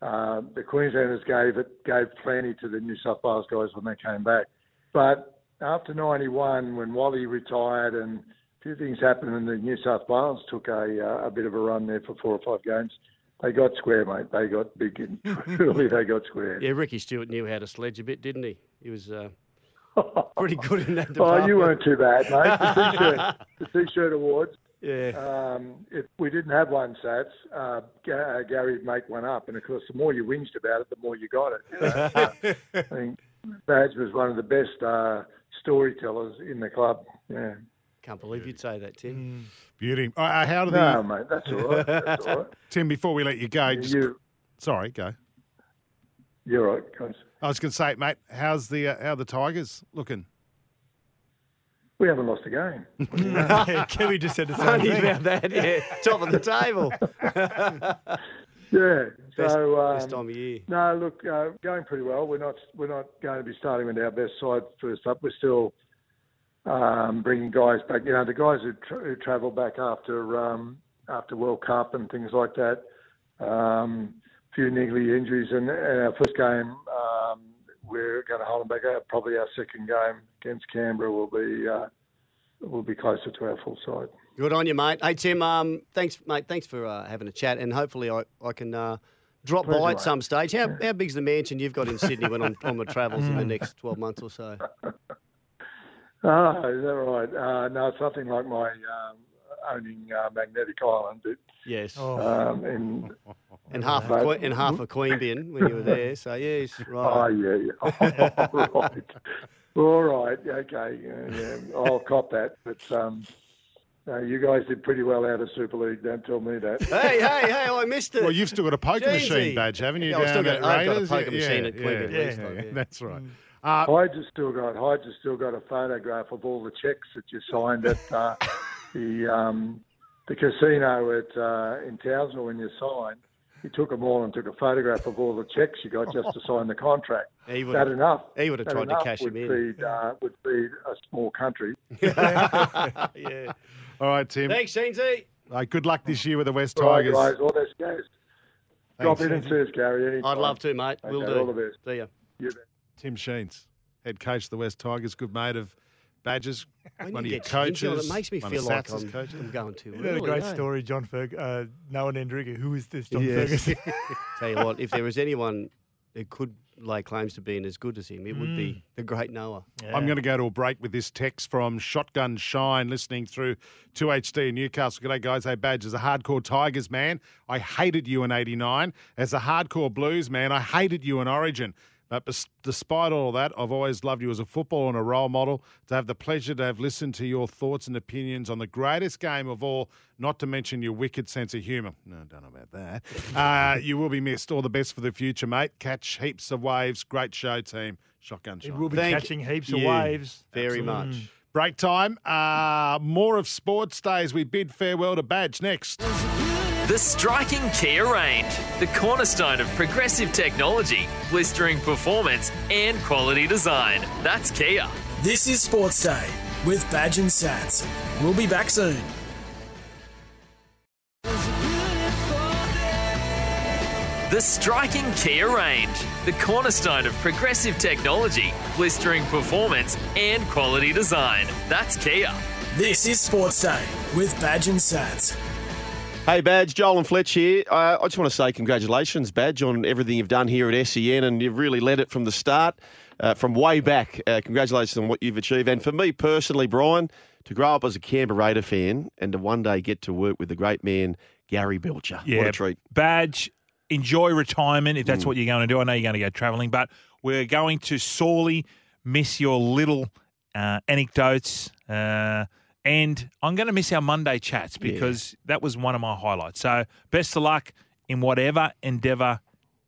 um, the Queenslanders gave it gave plenty to the New South Wales guys when they came back. But after 91, when Wally retired and a few things happened and the New South Wales took a, uh, a bit of a run there for four or five games, they got square, mate. They got big. and Truly, they got square. Yeah, Ricky Stewart knew how to sledge a bit, didn't he? He was uh, pretty good in that department. Oh, you weren't too bad, mate. The T-shirt, the T-shirt awards. Yeah. Um, if we didn't have one, Sats, uh, Ga- uh, Gary'd make one up, and of course, the more you whinged about it, the more you got it. you know. I think Badge was one of the best uh, storytellers in the club. Yeah. Can't believe you'd say that, Tim. Beauty. Uh, uh, how do the No, mate, that's all right. That's all right. Tim, before we let you go, just, You- sorry, go. You're right, guys. I was going to say, mate, how's the uh, how are the Tigers looking? We haven't lost a game. Kevy just said the same Funny thing. about that, yeah. Top of the table. Yeah. Best- so um, best time of year. No, look, uh, going pretty well. We're not we're not going to be starting with our best side first up. We're still um, bringing guys back. You know, the guys who, tra- who travel back after um, after World Cup and things like that. Um, few niggly injuries, and, and our first game um, we're going to hold them back. Uh, Probably our second game against Canberra will be uh, will be closer to our full side. Good on you, mate. Hey, Tim, um, thanks, mate. Thanks for uh, having a chat, and hopefully I, I can uh, drop Pleasure, by at mate. some stage. How, how big's the mansion you've got in Sydney when I'm on my travels in the next 12 months or so? Ah, is that right? Uh, no, it's nothing like my um, owning uh, Magnetic Island. It, Yes. Um, and, And half, a but- que- and half a queen bin when you were there. So, yes, Oh, right. yeah, yeah. All right. All right. Okay. Yeah, yeah. I'll cop that. But um, no, you guys did pretty well out of Super League. Don't tell me that. Hey, hey, hey, I missed it. Well, you've still got a poker Jeezy. machine badge, haven't you? Yeah, I've still down got- at I've got a Raiders? poker machine at Mm. Queen yeah, Vic League yeah, Club, yeah. That's right. Uh, Hyde just still got Hyde just still got a photograph of all the checks that you signed at uh, the um, the casino at uh, in Townsville when you signed. He took them all and took a photograph of all the checks you got just to sign the contract. He would that have- enough? he would have that tried to enough cash would him in. Feed, uh, would feed a small country. yeah. All right, Tim. Thanks, Sheensy. Uh, good luck this year with the West All right, Tigers. guys, all best, guys. Drop in and see us, Gary. I'd anytime. love to, mate. We'll Okay, do. All the best. See ya. Tim Sheens, head coach of the West Tigers, good mate of Badgers, When one of you your get Sheens on, coaches. it makes me one feel of like Sats's I'm, coaches. I'm going too Isn't early. that a great eh? story, John Ferg? Uh, Noah Nandriga. Who is this John Yes. Ferguson? Tell you what, if there was anyone who could lay claims to being as good as him, it would Mm. be the great Noah. I'm going to go to a break with this text from Shotgun Shine, listening through 2HD in Newcastle. G'day, guys. Hey, Badge, as a hardcore Tigers man, I hated you in 89. As a hardcore Blues man, I hated you in Origin. But bes- despite all that, I've always loved you as a footballer and a role model. To have the pleasure to have listened to your thoughts and opinions on the greatest game of all, not to mention your wicked sense of humour. No, don't know about that. Uh, you will be missed. All the best for the future, mate. Catch heaps of waves. Great show, team. Shotgun Shine. It will be catching heaps of you waves. very Absolutely. much. Break time. Uh, more of sports days. We bid farewell to Badge next. The striking Kia range, the cornerstone of progressive technology, blistering performance, and quality design. That's Kia. This is Sports Day with Badge and Sats. We'll be back soon. The striking Kia range, the cornerstone of progressive technology, blistering performance, and quality design. That's Kia. This is Sports Day with Badge and Sats. Hey, Badge, Joel and Fletch here. Uh, I just want to say congratulations, Badge, on everything you've done here at SEN, and you've really led it from the start, uh, from way back. Uh, congratulations on what you've achieved. And for me personally, Brian, to grow up as a Canberra Raider fan and to one day get to work with the great man, Gary Belcher. What a treat. Badge, enjoy retirement if that's what you're going to do. I know you're going to go travelling, but we're going to sorely miss your little uh, anecdotes. Uh, and I'm going to miss our Monday chats because that was one of my highlights. So, best of luck in whatever endeavour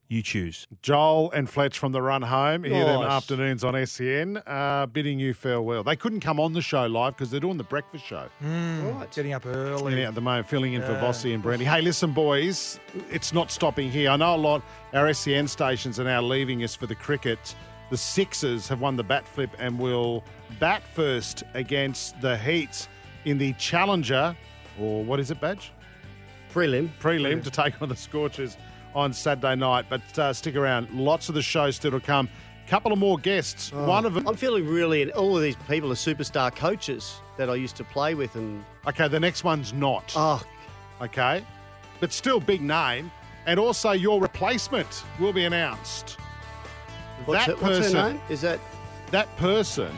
you choose. Joel and Fletch from the run home. Hear them Nice. afternoons on SEN, uh, bidding you farewell. They couldn't come on the show live because they're doing the breakfast show. Right. Hmm. Getting up early. Yeah, at the moment, filling in for Yeah. Vossi and Brandy. Hey, listen, boys, it's not stopping here. I know a lot. Our SEN stations are now leaving us for the cricket. The Sixers have won the bat flip and will bat first against the Heats in the Challenger, or what is it, Badge? Prelim. Prelim to take on the Scorchers on Saturday night. But uh, stick around. Lots of the show still to come. Couple of more guests. One of them. Oh. I'm feeling really, and all of these people are superstar coaches that I used to play with, and Okay, the next one's not. Oh. Okay. But still big name. And also your replacement will be announced. What's that her- what's her person name? Is that that person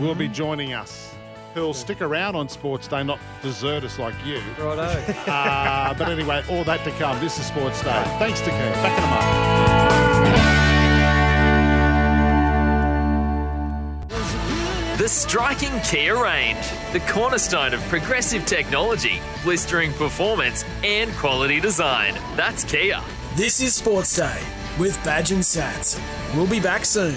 will be joining us. Who'll stick around on Sports Day, not desert us like you. Righto. uh, but anyway, all that to come. This is Sports Day. Thanks to Keith. Back in a moment. The striking Kia range, the cornerstone of progressive technology, blistering performance, and quality design. That's Kia. This is Sports Day with Badge and Sats. We'll be back soon.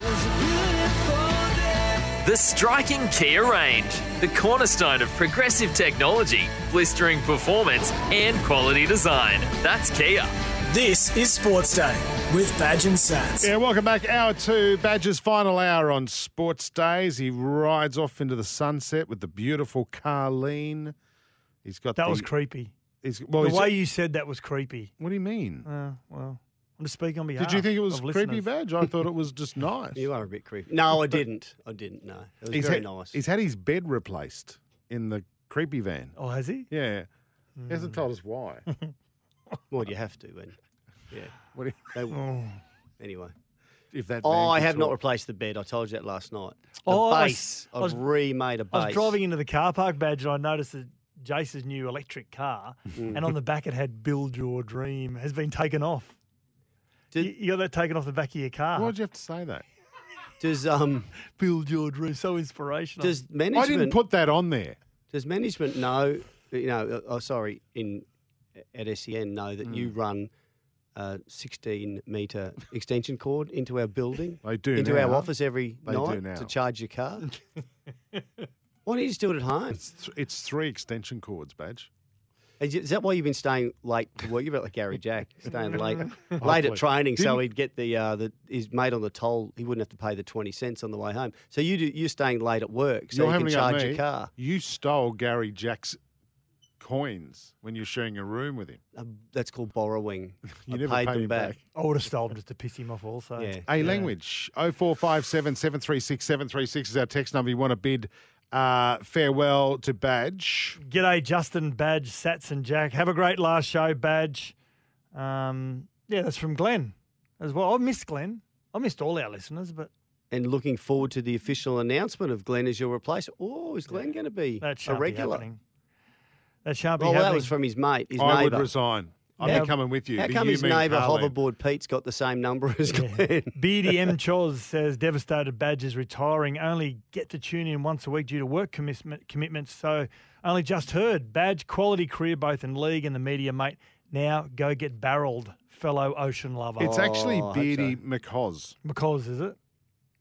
The striking Kia range, the cornerstone of progressive technology, blistering performance, and quality design. That's Kia. This is Sports Day with Badge and Sats. Yeah, welcome back. Hour two, Badger's final hour on Sports Days. He rides off into the sunset with the beautiful Carleen. He's got That the- was creepy. He's, well, the he's- way you said that was creepy. What do you mean? Uh, well, I'm just speaking on behalf. did you think it was of creepy, listeners. Badge? I thought it was just nice. you are a bit creepy? No, I didn't. I didn't. No, it was He's very had, nice. He's had his bed replaced in the creepy van. Oh, has he? Yeah. He hasn't told us why. Well, you have to, and yeah. What do They, Anyway. If that oh, van I could have not talk. replaced the bed. I told you that last night. The Oh, I base. was- I I was- have remade a I was base. driving into the car park, Badge, and I noticed that Jace's new electric car, Mm. and on the back it had "Build Your Dream" has been taken off. you, you got that taken off the back of your car. Why'd you have to say that? Does um build your dream so inspirational? Does I didn't management- put that on there. Does management E know? You know, uh, oh, sorry, in at SEN know that you run uh, 16 meter extension cord into our building. They do into now. our office every They do night now. to charge your car. Why don't you just do it at home? It's, th- it's three extension cords, badge. Is, is that why you've been staying late to work? You're like Gary Jack, staying late, late Hopefully. at training, so Didn't- he'd get the uh, the his mate on the toll. He wouldn't have to pay the twenty cents on the way home. So you do, you're staying late at work, so you can having it on charge me. your car. You stole Gary Jack's coins when you were sharing a room with him. that's called borrowing. you I never paid paid them him back. back. I would have stolen just to piss him off also. A language 0457 736 736 is our text number. You want to bid uh, farewell to Badge. G'day, Justin, Badge, Sats, and Jack. Have a great last show, Badge. Um, yeah, that's from Glenn as well. I missed Glenn. I missed all our listeners, but And looking forward to the official announcement of Glenn as your replacement. Oh, is Glenn going to be that a shan't regular? Be happening. That shan't be well, happening. that was from his mate, his I would neighbour. resign. I'm How- be coming with you. How but come you, his me, and neighbour Carlene. hoverboard Pete's got the same number as Glenn? BDM Chos says devastated Badge is retiring. Only get to tune in once a week due to work commitment, commitments. So only just heard Badge quality career both in league and the media, mate. Now go get barreled, fellow ocean lover. It's Oh, actually Beardy McHoz. because is it?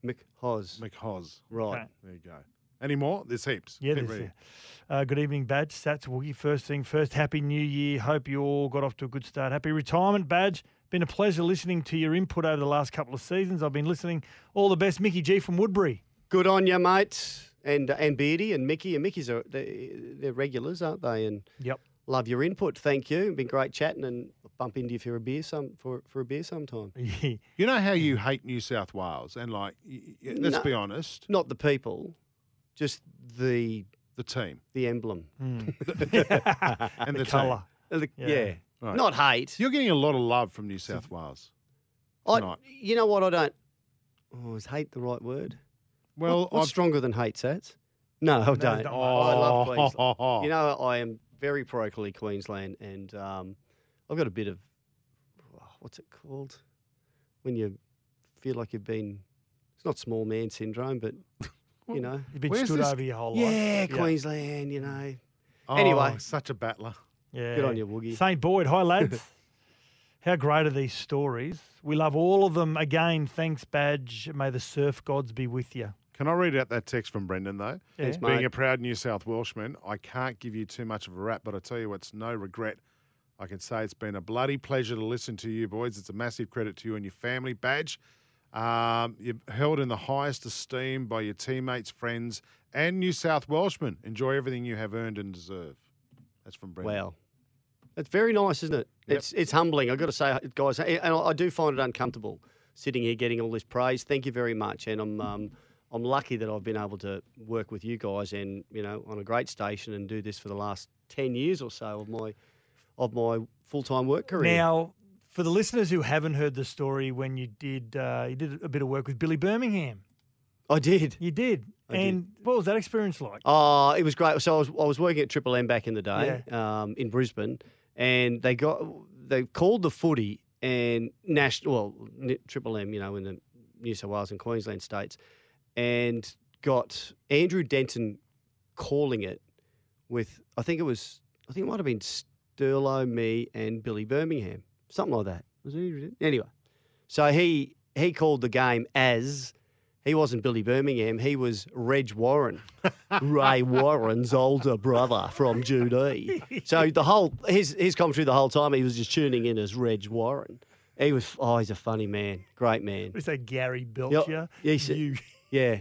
McHoz. McHoz. Right. There you go. Any more? There's heaps. Yeah, Keep there's, reading. Uh, good evening, Badge. Sats Woogie. First thing first, Happy New Year. Hope you all got off to a good start. Happy retirement, Badge. Been a pleasure listening to your input over the last couple of seasons. I've been listening. All the best, Mickey G from Woodbury. Good on you, mate. And uh, and Beardy and Mickey and Mickey's are they- they're regulars, aren't they? And yep, love your input. Thank you. Been great chatting, and I'll bump into you for a beer some for for a beer sometime. You know how you hate New South Wales, and like, y- y- let's No. be honest, Not the people, just the the team, Mm. the emblem, and the, team. The- yeah, not hate. You're getting a lot of love from New South Wales. I, tonight. you know what? I don't. Oh, is hate the right word? Well, What- what's I've- stronger than hate, Sats? No, I No, don't. don't I love worry. Oh. Queensland. you know, I am very parochially Queensland, and um, I've got a bit of oh, what's it called when you feel like you've been. It's not small man syndrome, but you know, You've been stood over your whole life. Yeah, Queensland. You know. anyway, Oh, such a battler. Yeah. Good on you, Woogie. St. Boyd, hi, lads. How great are these stories? We love all of them. Again, thanks, Badge. May the surf gods be with you. Can I read out that text from Brendan though? Thanks, Being mate. a proud New South Welshman, I can't give you too much of a rap, but I tell you what's no regret. I can say it's been a bloody pleasure to listen to you boys. It's a massive credit to you and your family. Badge, um, you're held in the highest esteem by your teammates, friends, and New South Welshmen. Enjoy everything you have earned and deserve. That's from Brendan. Wow. It's very nice, isn't it? It's it's humbling. I've got to say, guys, and I I do find it uncomfortable sitting here getting all this praise. Thank you very much, and I'm um, I'm lucky that I've been able to work with you guys, and you know, on a great station, and do this for the last ten years or so of my of my full time work career. Now, for the listeners who haven't heard the story, when you did, uh, you did a bit of work with Billy Birmingham. I did. You did. I did. and what was that experience like? Oh, it was great. So I was, I was working at Triple M back in the day um, in Brisbane, and they got they called the footy and national well N- Triple M, you know, in the New South Wales and Queensland states, and got Andrew Denton calling it with I think it was I think it might have been Sturlo, me, and Billy Birmingham, something like that. Was it Andrew Denton? anyway? So he he called the game as he wasn't Billy Birmingham, he was Reg Warren, Ray Warren's older brother from Judy. So the whole his his commentary the whole time he was just tuning in as Reg Warren. He was oh he's a funny man, great man. It's a Gary Yeah, Belcher. yeah, he said- yeah.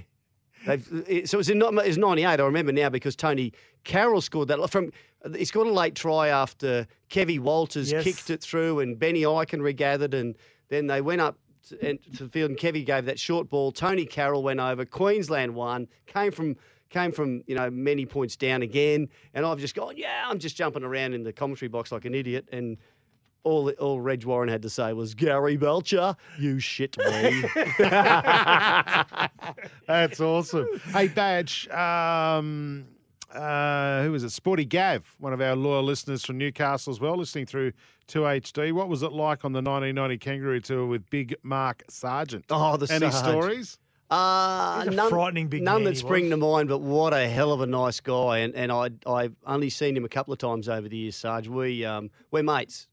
They've- it- so it's in it was ninety eight. I remember now because Tony Carroll scored that from. He scored a late try after Kevy Walters Yes. kicked it through, and Benny Eichen regathered, and then they went up to, and, to the field, and Kevy gave that short ball. Tony Carroll went over. Queensland won. Came from came from you know many points down again, and I've just gone yeah. I'm just jumping around in the commentary box like an idiot, and. All, all Reg Warren had to say was Gary Belcher, you shit me. That's awesome. Hey, Badge, um, uh, who was it? Sporty Gav, one of our loyal listeners from Newcastle as well, listening through 2HD. What was it like on the 1990 Kangaroo Tour with Big Mark Sargent? Oh, the Any Sarge. stories? Uh, He's a none, frightening big none man that he spring was. to mind, but what a hell of a nice guy. And, and I, I've Hmm. only seen him a couple of times over the years, Sarge. We, um, we're mates.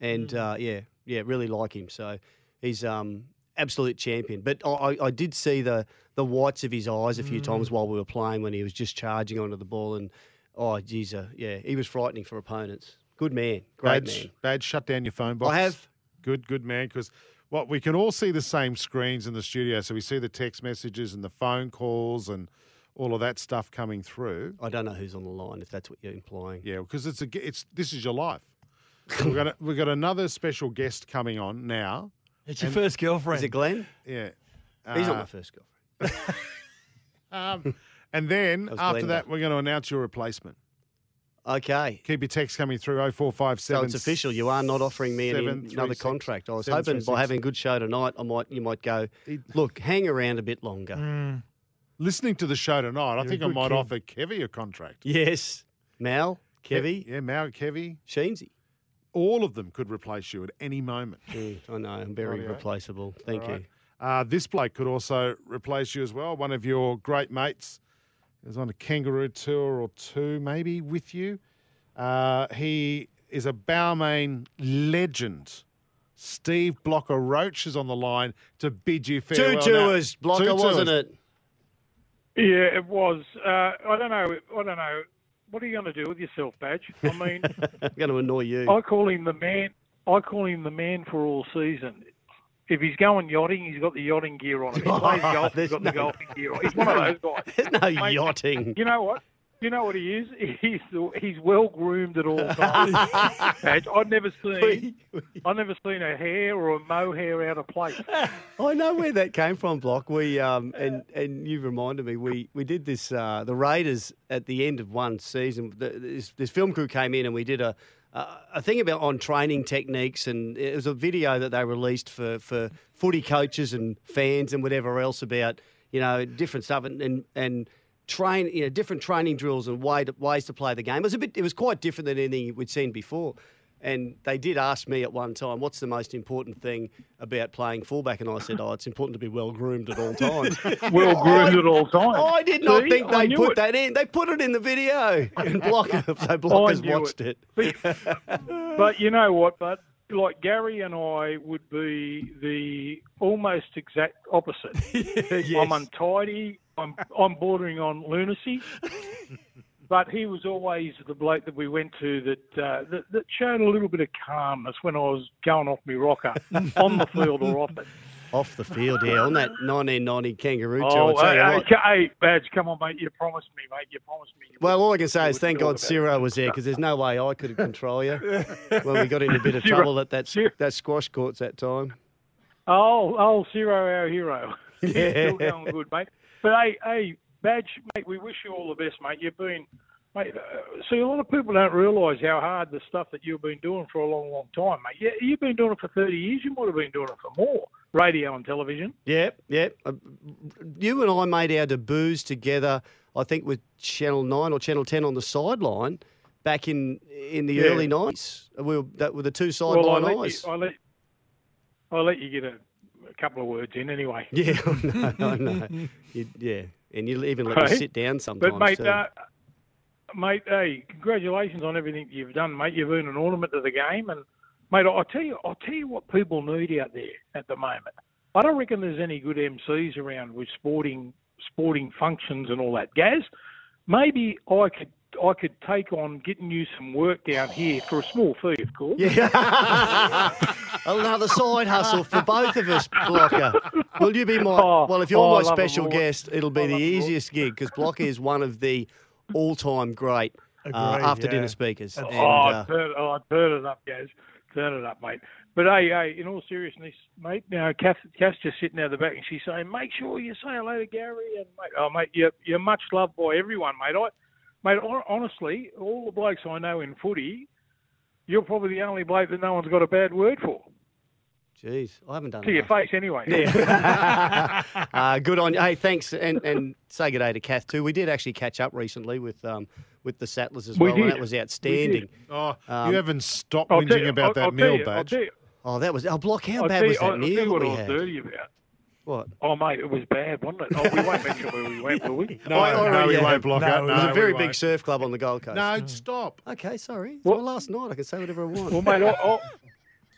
And uh, yeah, yeah, really like him. So he's um absolute champion. But I, I- I did see the the whites of his eyes a few Mm. Hmm. times while we were playing when he was just charging onto the ball and oh geez, uh, yeah, he was frightening for opponents. Good man, great Badge, man. Badge, shut down your phone box. I have. Good, good man. Because what we can all see the same screens in the studio, so we see the text messages and the phone calls and all of that stuff coming through. I don't know who's on the line if that's what you're implying. Yeah, because it's a g- it's this is your life. we've got a, we've got another special guest coming on now. It's your first girlfriend. Is it Glenn? Yeah, He's not Uh, my first girlfriend. Um, and then That was after Glenda. that, we're going to announce your replacement. Okay. Keep your text coming through 0457. So it's official. You are not offering me any, seven, three, another six. contract. I was Seven, hoping three, by six. having a good show tonight, I might you might go. Look, hang around a bit Mm, longer. Listening to the show tonight, I You're a think I good might kid. offer Kevy a contract. Yes, Mal, Kevy, Kev- yeah, Mal, Kevy, Sheensy. All of them could replace you at any moment. I know, I'm very Rightio. replaceable. Thank All right. you. Uh, this bloke could also replace you as well. One of your great mates is on a kangaroo tour or two, maybe with you. Uh, he is a Balmain legend. Steve Blocker Roach is on the line to bid you farewell. now. tours, Blocker, wasn't it? Yeah, it was. Uh, I don't know. I don't know. What are you going to do with yourself, Badge? I mean, I'm going to annoy you. I call him the man. I call him the man for all season. If he's going yachting, he's got the yachting gear on. If he plays golf, he's There's got no- the golfing gear on. He's one of those guys. There's no yachting. You know what? You know what he is? He's the, he's well groomed at all times. Badge. I've never seen I've never seen a hair or a mohair out of place. I know where that came from, Block. We um, and and you reminded me. We we did this uh, the Raiders at the end of one season. The, this, this film crew came in and we did a, a a thing about on training techniques, and it was a video that they released for for footy coaches and fans and whatever else about you know different stuff and and. and Train, you know, different training drills and way to, ways to play the game. It was a bit, it was quite different than anything we'd seen before. And they did ask me at one time, what's the most important thing about playing fullback? And I said, oh, it's important to be well groomed at all times. Well groomed at all times. I did not See? think I they knew put it. that in. They put it in the video. And Blocker, so Blocker's knew it. watched it. But you know what? But like Gary and I would be the almost exact opposite. I'm untidy. I'm I'm bordering on lunacy. but he was always the bloke that we went to that, uh, that that showed a little bit of calmness when I was going off my rocker on the field or off it. Off the field, yeah, on that 1990 kangaroo tour. Oh, I tell hey, you hey, what. ca- hey, Badge, come on, mate. You promised me, mate. You promised me. Well, all I can say is thank talk God Ciro was there because there's no way I could control you when we got in a bit of Ciro- trouble at that, that squash courts that time. Oh, oh, Ciro, our hero. He's still Yeah. going good, mate. But hey, hey, Badge, mate, we wish you all the best, mate. You've been, mate. Uh, see, a lot of people don't realise how hard the stuff that you've been doing for a long, long time, mate. Yeah, you've been doing it for thirty years. You might have been doing it for more. Radio and television. Yep, yep. Uh, You and I made our debuts together, I think, with Channel 9 or Channel 10 on the sideline back in in the Yeah. early 90s. We were, that were the two well, I sideline let, eyes. you, I let, I let you get a, a couple of words in anyway. Yeah, I know, I know. You- yeah, and you even let me Right. sit down sometimes. But mate, too. uh, mate, hey, congratulations on everything you've done, mate. You've earned an ornament to the game, and mate, I'll tell you, I'll tell you what people need out there at the moment. I don't reckon there's any good MCs around with sporting sporting functions and all that. Gaz, maybe I could. I could take on getting you some work down here for a small fee, of course. Yeah. Another side hustle for both of us, Blocker. Will you be my? Oh, well, if you're oh, I my love it, special Roy. guest, it'll be the easiest gig because Blocker is one of the all-time great uh, Agreed, after-dinner yeah. speakers. Oh, And, uh, turn, oh, turn it up, guys. Turn it up, mate. But hey, hey, in all seriousness, mate, now Kath, Kath's just sitting out the back and she's saying, make sure you say hello to Gary and mate, oh mate, you're, you're much loved by everyone, mate. I, mate, hon- honestly, all the blokes I know in footy, you're probably the only bloke that no one's got a bad word for. Jeez, I haven't done To your enough. face, anyway. Yeah. uh, good on you. Hey, thanks, and, and say good day to Kath too. We did actually catch up recently with um, with the Sattlers as We well, and did. that was We did. outstanding. Oh, Um, you haven't stopped I'll tell whinging you- about I'll- that I'll tell meal, you- I'll Badge. tell you- Oh, that was. Oh, block. How I'll bad tell was you- I'll- that I'll tell meal you that what I we was had? dirty about. What? Oh, mate, it was bad, wasn't it? Oh, we won't mention where we went, will we? I- I already had- it. It was No, a we very big won't. surf club on the Gold Coast. Hmm. No, stop. Okay, sorry. It's Well- my last night. I can say whatever I want. Well, mate, I, I,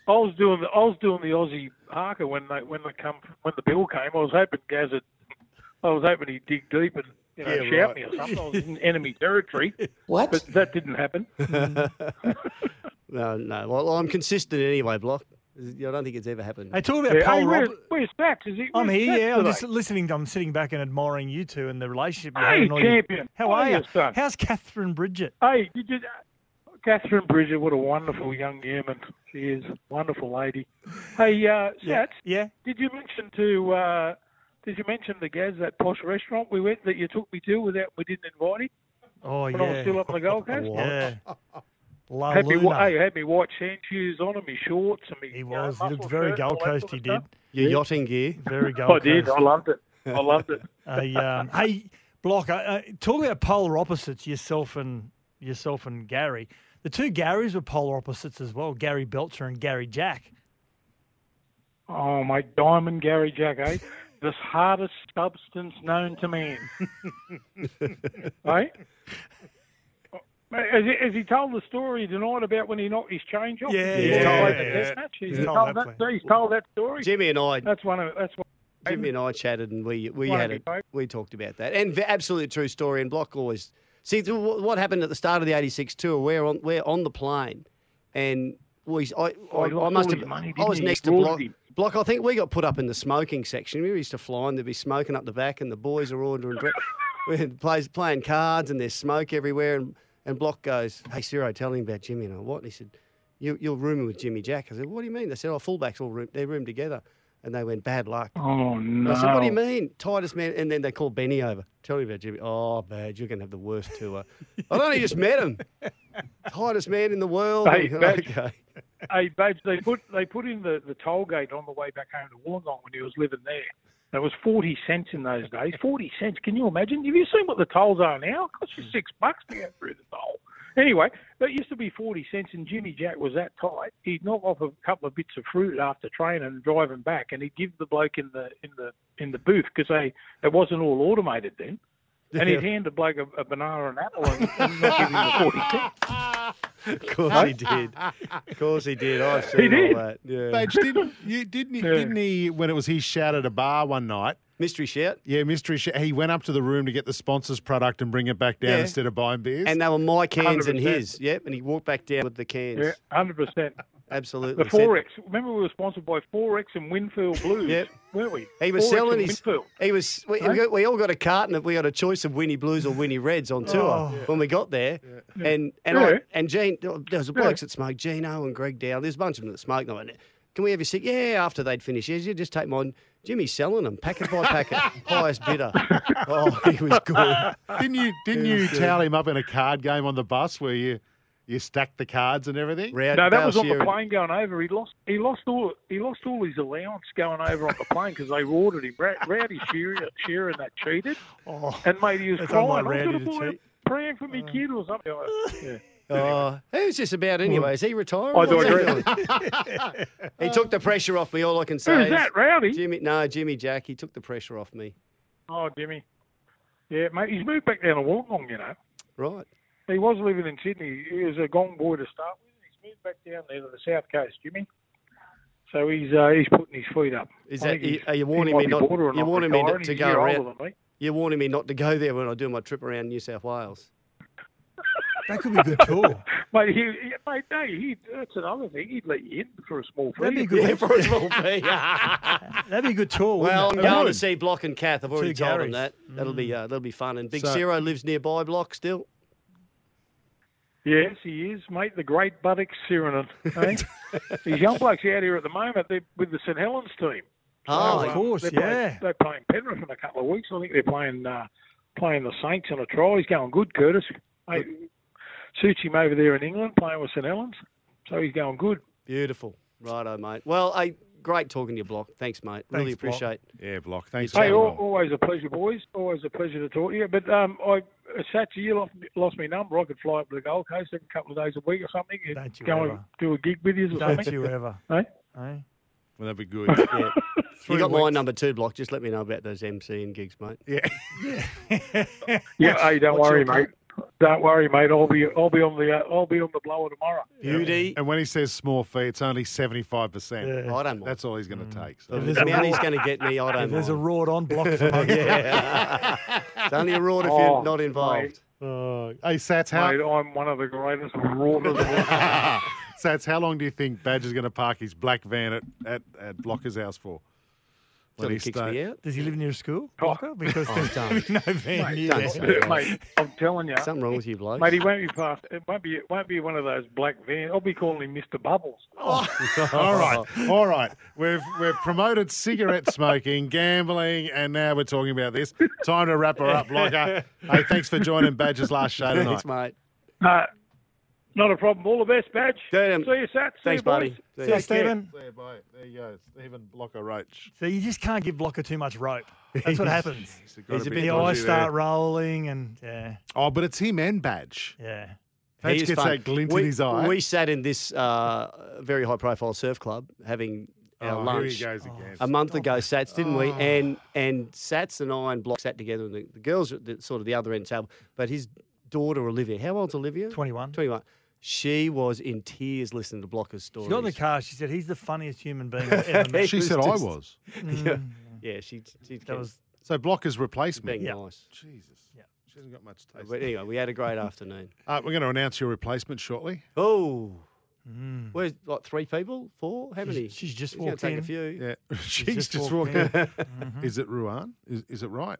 I was doing the I was doing the Aussie haka when they when they come when the bill came. I was hoping Gaz had, I was hoping he'd dig deep and you know Yeah, shout right. me or something. I was in enemy territory. What? But that didn't happen. No, no. Well, I'm consistent anyway, Block. I don't think it's ever happened. Hey, talk about Paul Rob- oh, Where's Max? Is he, I'm where's here, Max yeah. I'm today? just listening. I'm sitting back and admiring you two and the relationship. you Hey, and all your- champion. How How are are you? you, son? How's Catherine Bridget? Hey, did you, Catherine Bridget, what a wonderful young yeoman she is. Wonderful lady. Hey, uh, Yeah, Sats. Yeah. Did you mention to uh, Did you mention the Gaz that posh restaurant we went that you took me to without we didn't invite him? Oh when I yeah. was still up on the Gold Coast. Yeah. La Had me, Luna. wh- hey, had me white sand shoes on and me shorts and me. uh, He was. He looked very Gold Coast. He did. Your yachting gear. Very Gold I did. Coast. I loved it. I loved it. Hey, um, hey, Block. Uh, uh, talk about polar opposites. Yourself and yourself and Gary. The two Garys were polar opposites as well. Gary Belcher and Gary Jack. Oh, my diamond Gary Jack, eh? this hardest substance known to man. right? Has he, has he told the story tonight about when he knocked his change off? Yeah, He's yeah, told yeah, that yeah. test match. He's Yeah. told that- he's told that story. Jimmy and I. That's one of that's one. Jimmy and I chatted and we we Won't had be it. We talked about that and v- absolutely true story. And Block always see th- wh- what happened at the start of the '86 tour. We're on we're on the plane, and we I, Oh, he I, I lost must all have his money, I didn't was he? next He to robbed Block. him. Block, I think we got put up in the smoking section. We used to fly and there'd be smoking up the back, and the boys are ordering. Bre- we're plays, playing cards, and there's smoke everywhere. And, and Block goes, "Hey, Ciro, tell him about Jimmy." And I what? And he said, you, "You're rooming with Jimmy Jack." I said, "What do you mean?" They said, "Oh, fullbacks all room, they're roomed together." And they went, "Bad luck." Oh And no! I said, "What do you mean, Titus man?" And then they called Benny over. Tell me about Jimmy. Oh, bad, you're going to have the worst tour. I only just met him. Tightest man in the world. Hey, Badge. okay. Hey, babes, they put they put in the, the toll gate on the way back home to Wollongong when he was living there. There was forty cents in those days. Forty cents. Can you imagine? Have you seen what the tolls are now? It costs you six bucks to go through the toll. Anyway, that used to be forty cents, and Jimmy Jack was that tight. He'd knock off a couple of bits of fruit after training and driving back, and he'd give the bloke in the in the in the booth because they it wasn't all automated then. And he'd Yeah. hand the bloke a, a banana and apple and, and not give him the forty cents. Of course he did. Of course he did. I've seen all did. that. Yeah. Badge, didn't you? Didn't he? Didn't he? When it was his shout at a bar one night. Mystery shout. Yeah, mystery shout. He went up to the room to get the sponsors product and bring it back down Yeah. instead of buying beers. And they were my cans and 100%. his. Yep. And he walked back down with the cans. Yeah, hundred percent. Absolutely. The Said- Forex. Remember, we were sponsored by Forex and Winfield Blues, Yep. weren't we? He was Forex selling and his. Winfield. He was. We, Right? we, got- we all got a carton. Of, we got a choice of Winnie Blues or Winnie Reds on tour Oh. when we got there. And and Yeah. I, and Gene, there was a Yeah. blokes that smoked. Gino and Greg Dow. There's a bunch of them that smoked. And I went, Can we have your cig? Yeah. After they'd finished, yeah, you just take mine. Jimmy's selling them packet by packet, highest bidder. Oh, he was good. didn't you? Didn't He was you good. towel him up in a card game on the bus where you you stacked the cards and everything? no, that was on the plane going over. He lost. He lost all. He lost all his allowance going over on the plane because they ordered him. Ra- Rowdy Shearer, Shearer that cheated, Oh, and mate, he was that's crying. unlike I was Rowdy gonna to pull him- cheat. Uh. praying for me kid or something. Yeah. Oh, he was just about anyway. Is he retiring? Hmm. I do What's he agree. doing? He took the pressure off me. All I can say Who's is that, Rowdy? Jimmy, no, Jimmy Jack. He took the pressure off me. Oh, Jimmy. Yeah, mate, he's moved back down to Wollongong. You know, Right. he was living in Sydney. He was a gong boy to start with. He's moved back down there to the south coast, Jimmy. So he's uh, he's putting his feet up. Is I that think he's- you- are you he warning might me be not? border or You're warning me retired. not to He's a go year older around. than me. You're warning me not to go there when I do my trip around New South Wales. That could be a good tour. Mate, he, he- mate, no, he, that's another thing. He'd let you in for a small fee. That'd be good. Yeah, for a small fee. That'd be a good tour. Oh, wouldn't Well, I'm it? going to see Block and Kath. I've already Two told them Garys. that. That'll be uh, that'll be fun. And Big So- Zero lives nearby. Block still. Yes, he is, mate. The great Buddock Sirenin. eh? These young blokes out here at the moment, they're with the St Helens team. Oh, of um, course, they're yeah. Playing, they're playing Penrith in a couple of weeks. I think they're playing uh, playing the Saints on a trial. He's going good, Curtis. Mate, suits him over there in England playing with St Helens. So he's going good. Beautiful. Righto, mate. Well, hey, great talking to you, Block. Thanks, mate. really Thanks, Block. appreciate. Yeah, Block. Thanks. Hey, al- always a pleasure, boys. Always a pleasure to talk to you. But um, I, Satchi, you lost, lost my number. I could fly up to the Gold Coast every couple of days a week or something. and Don't you go ever. and do a gig with you or Don't something. you ever. Eh? Eh? Well, that'd be good. Yeah. you got my number two, Block. Just let me know about those MC and gigs, mate. Yeah. Yeah, hey, don't What's worry, your mate. Don't worry, mate. I'll be I'll be on the uh, I'll be on the blower tomorrow. Beauty. And when he says small fee, it's only 75%. Yeah. I don't That's all he's going to take. So. If there's a Money's raw- gonna get me, I don't if there's a mind. Broad on block for Pokemon. Yeah. It's only a reward if you're Oh, not involved. Oh, hey, Sats, how... Mate, I'm one of the greatest robbers of all Sats, how long do you think Badger's going to park his black van at, at, at Blocker's house for? When he sta- Does he live near a school? Blocker? Because Oh, there's don't. no van Mate, near don't there. say that. Mate, I'm telling you. Something wrong with you, bloke. Mate, he won't be past. It won't be. It won't be one of those black vans. I'll be calling him Mr. Bubbles. Oh. all right, all right. We've we've promoted cigarette smoking, gambling, and now we're talking about this. Time to wrap her up, Blocker. Hey, thanks for joining Badger's last show tonight. Thanks, mate. Uh, not a problem. All the best, Badge. um, See you, Sat. See Thanks, you, boys. buddy. See Take you, care. Stephen. See you, bye. There you go, Stephen Blocker Roach. So you just can't give Blocker too much rope. That's what happens. He's got a bit the dodgy eyes start there. rolling and yeah, Oh, but it's him and Badge. yeah. Badge He is gets fun. that glint we, in his eye. We sat in this uh, very high profile surf club having our Oh, here he lunch goes again. Oh. a month ago, Sats, didn't we? And and Sats and I and Block sat together, and the, the girls were at the, sort of the other end table. But his daughter, Olivia, how old's Olivia? 21. 21. She was in tears listening to Blocker's story. She got in the car. She said, "He's the funniest human being I've ever met." Mm. She said I was. Yeah, yeah she, she That was So Blocker's replacement. being nice. Jesus. Yeah. She hasn't got much taste. But anyway, we had a great afternoon. Uh, we're going to announce your replacement shortly. Oh. Where's what three people? Four? How many? she's just He's gonna walked take in. a few. Yeah, she's just, just walking. walked in. in. Is it Ruan? Is, is it right?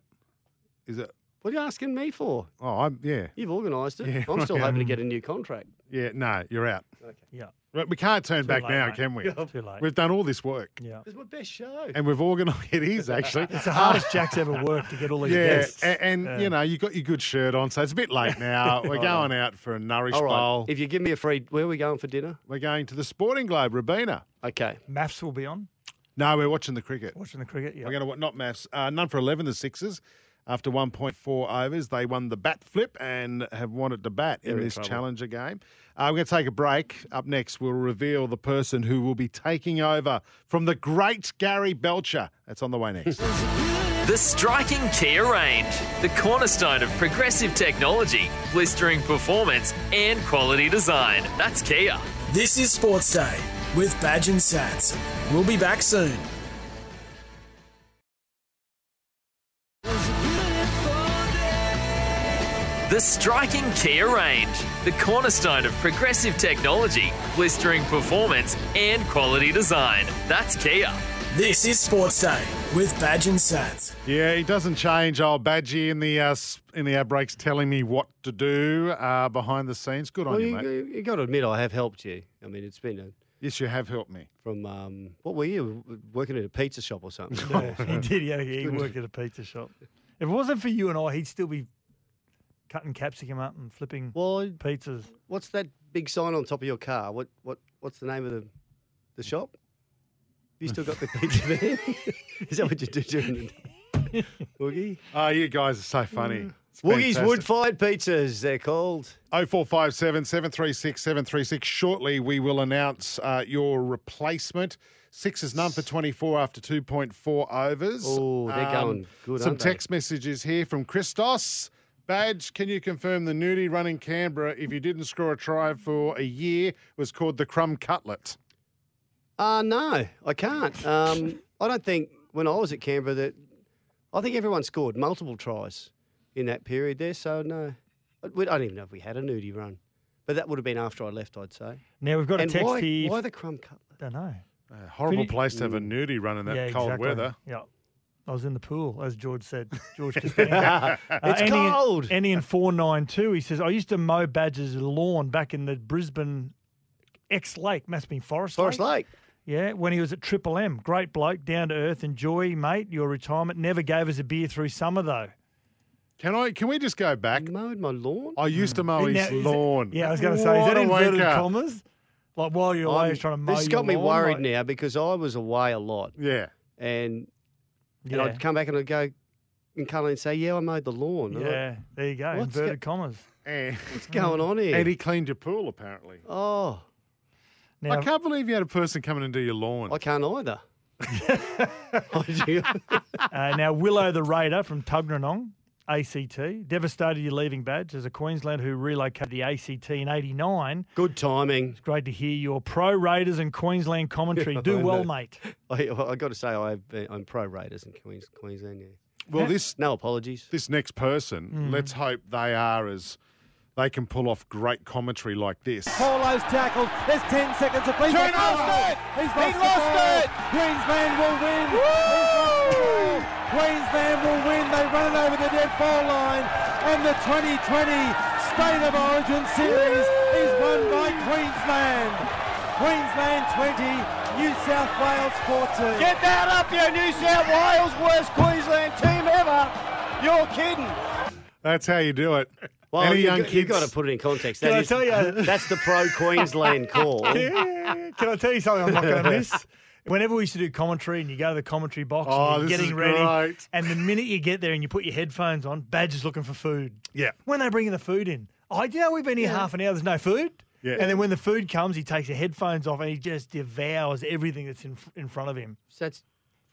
Is it? What are you asking me for? Oh, I'm yeah, You've organised it. Yeah, I'm still okay. hoping to get a new contract. yeah. No, you're out. Yeah. Right, We can't turn Too back late, now, mate. can we? Yeah, too late. We've done all this work, Yeah. It's my best show. and we've organised. It is actually. It's the hardest Jack's ever worked to get all Yeah, these guests. a- and, you know you got your good shirt on, so it's a bit late now. We're All going out for a nourish All right. bowl. If you give me a free, where are we going for dinner? We're going to the Sporting Globe, Rabina. Okay. Maths will be on No, we're watching the cricket. watching the cricket. Yeah. We're going to not maths. Uh, none for eleven. The Sixers, after one point four overs, they won the bat flip and have wanted to bat in in this trouble. challenger game. Uh, we're going to take a break. Up next, we'll reveal the person who will be taking over from the great Gary Belcher. That's on the way next. The striking Kia range, the cornerstone of progressive technology, blistering performance, and quality design. That's Kia. This is Sports Day with Badge and Sats. We'll be back soon. The striking Kia range, the cornerstone of progressive technology, blistering performance, and quality design. That's Kia. This is Sports Day with Badge and Sats. Yeah, he doesn't change. Old Badgie in the uh, s- in the outbreaks telling me what to do uh, behind the scenes. Good Well, on you, you, mate. you, got to admit, I have helped you. I mean, it's been a, Yes, you have helped me. from um, what were you w- working at a pizza shop or something? he did. Yeah, he worked at a pizza shop. If it wasn't for you and I, he'd still be cutting capsicum up and flipping Well, pizzas. what's that big sign on top of your car? What what what's the name of the the shop? You still got the pizza there? is that what you do during the Woogie? Oh, you guys are so funny. It's Woogie's fantastic. wood fired Mm. pizzas, they're called. 0457 736 736. Shortly, we will announce uh, your replacement. Six is none for 24 after 2.4 overs. Um, Oh, they're going good, Some aren't they? text messages here from Christos. Badge, can you confirm the nudie run in Canberra, if you didn't score a try for a year, was called the crumb cutlet? Uh, no, I can't. Um, I don't think when I was at Canberra that I think everyone scored multiple tries in that period there. So no, I, we, I don't even know if we had a nudie run, but that would have been after I left, I'd say. Now we've got And a text why, here. Why the crumb Uh, cut? don't know. A horrible Could you- place to have a nudie run in that Mm. yeah, cold exactly. weather. Yeah. I was in the pool, as George said. George Costanza. It's ending in- cold. ending in 492, he says, I used to mow Badger's lawn back in the Brisbane X Lake, must have been Forest Forest Lake. Lake. Yeah, when he was at Triple M. Great bloke, down to earth. Enjoy, mate, your retirement. Never gave us a beer through summer, though. Can I? Can we just go back? Mowed my lawn. I used to mow Mm. Now, his is it- lawn. yeah, I was going to say, is What that a inverted wanker. commas? Like, while you're away, he's trying to mow this your got me lawn, worried like- now because I was away a lot, Yeah. and and Yeah. I'd come back and I'd go and Carly and say, "Yeah, I mowed the lawn." And I'd- Yeah, there you go. What's go- Eh, inverted commas. What's going on here? And he cleaned your pool, apparently. Oh, I can't believe you had a person come in and do your lawn. I can't either. Uh, now, Willow the Raider from Tuggeranong ACT. Devastated you're leaving badge as a Queenslander who relocated the ACT in 89. Good timing. It's great to hear your pro Raiders and Queensland commentary. Do I well, know. mate. I, I got to say, I've been, I'm pro Raiders in Queens, Queensland. Yeah. Well, this no apologies. This next person, Mhm. let's hope they are as they can pull off great commentary like this. Paulo's tackled. There's 10 seconds of play. Turn off it. He's He lost, the lost ball. it. Queensland will win. He's lost the ball. Queensland will win. They run it over the dead ball line. And the 2020 State of Origin Series is won by Queensland. Queensland 20, New South Wales 14. Get that up, you New South Wales worst Queensland team ever. You're kidding. That's how you do it. Well, Any you, young got, you kids? got to put it in context. Can That I is- tell you- That's the pro Queensland call. Can I tell you something I'm not going to miss? Whenever we used to do commentary and you go to the commentary box Oh, and you're this getting is ready, great. and the minute you get there and you put your headphones on, Badge is looking for food. Yeah. When they bringing the food in, oh, do you know we've been here half an hour, there's no food? Yeah. And then when the food comes, he takes the headphones off and he just devours everything that's in, in front of him. So that's,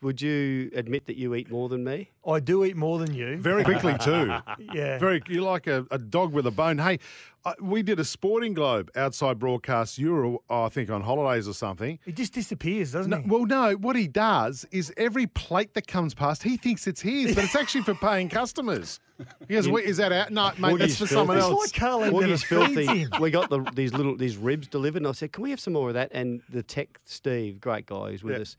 would you admit that you eat more than me? I do eat more than you. Very quickly too. Yeah. Very. You're like a, a dog with a bone. Hey, I, we did a Sporting Globe outside broadcast. You were, oh, I think, on holidays or something. He just disappears, doesn't No, he? well, no. What he does is every plate that comes past, he thinks it's his, but it's actually for paying customers. He goes, "Wait, "Is that out? No, mate, that's for someone else." Woogie's filthy. we got the, these little these ribs delivered, and I said, "Can we have some more of that?" And the tech Steve, great guy, who's with Yeah. us,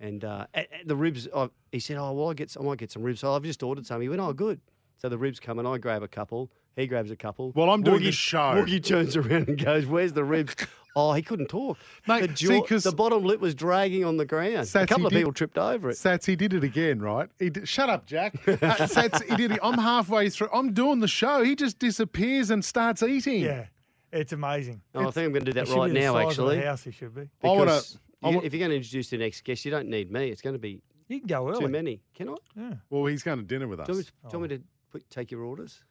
and uh, a- a- the ribs. I, he said, "Oh, well, I get some, I might get some ribs." So I've just ordered some. He went, "Oh, good." So the ribs come, and I grab a couple. He grabs a couple. Well, I'm doing the Woogie- show. Woogie turns around and goes, "Where's the ribs?" Oh, he couldn't talk. Mate, the, see, jaw- 'cause- the bottom lip was dragging on the ground. Sats, a he couple of did- people tripped over it. Sats, he did it again, right? He did, shut up, Jack. Uh, Sats, he did it. I'm halfway through. I'm doing the show. He just disappears and starts eating. Yeah. It's amazing. Oh, I It's- think I'm gonna do that he should right be the now, size of the actually. house he should be. I wanna- Because I you- wa- if you're going to introduce the next guest, you don't need me. It's going to be You can go early. too many. Can I? Yeah. Well, he's going to dinner with us. Do you want me to, do you want me to put, take your orders?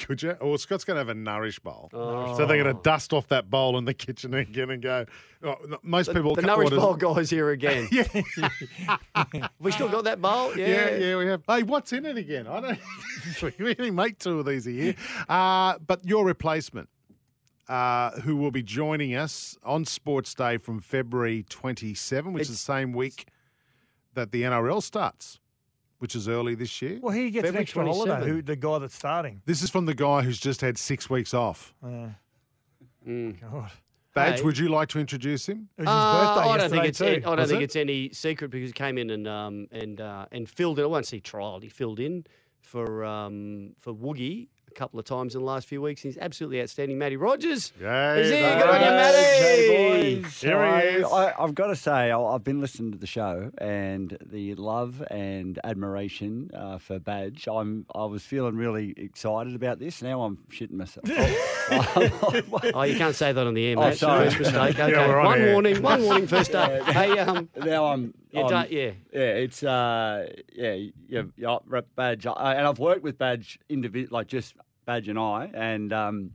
Could you? Well, Scott's going to have a nourish bowl. Oh. So they're going to dust off that bowl in the kitchen again and go. oh, no, most The- people. the ca- nourish orders- bowl guys here again. yeah. We still got that bowl? Yeah. yeah, yeah, we have. Hey, what's in it again? I don't. we only make two of these a year. Uh, but your replacement, uh, who will be joining us on Sports Day from February 27, which is the same week that the NRL starts, which is early this year. Well, he gets an February extra holiday, who, the guy that's starting. Uh, This is from the guy who's just had six weeks off. Yeah. God. Mm. Badge, Hey. would you like to introduce him? It was his Uh, birthday I don't think it's yesterday I too. don't Was think it? it's any secret because he came in and um and uh, and filled in. I won't say trial. He filled in for um for Woogie a couple of times in the last few weeks. He's absolutely outstanding. Matty Rogers. Yeah. Is here. Good on you, Matty. I, I, I've got to say, I, I've been listening to the show and the love and admiration uh, for Badge. I'm, I was feeling really excited about this. Now I'm shitting myself. Oh, you can't say that on the air, Oh, mate. It's your sorry. First mistake. Yeah, Okay. we're on one air. warning. One warning. First day. Yeah. Hey, um, now I'm. You I'm- don't- yeah. yeah. It's uh, yeah, yeah, yeah. Rep Badge, I, and I've worked with Badge individ, like just Badge and I, and um,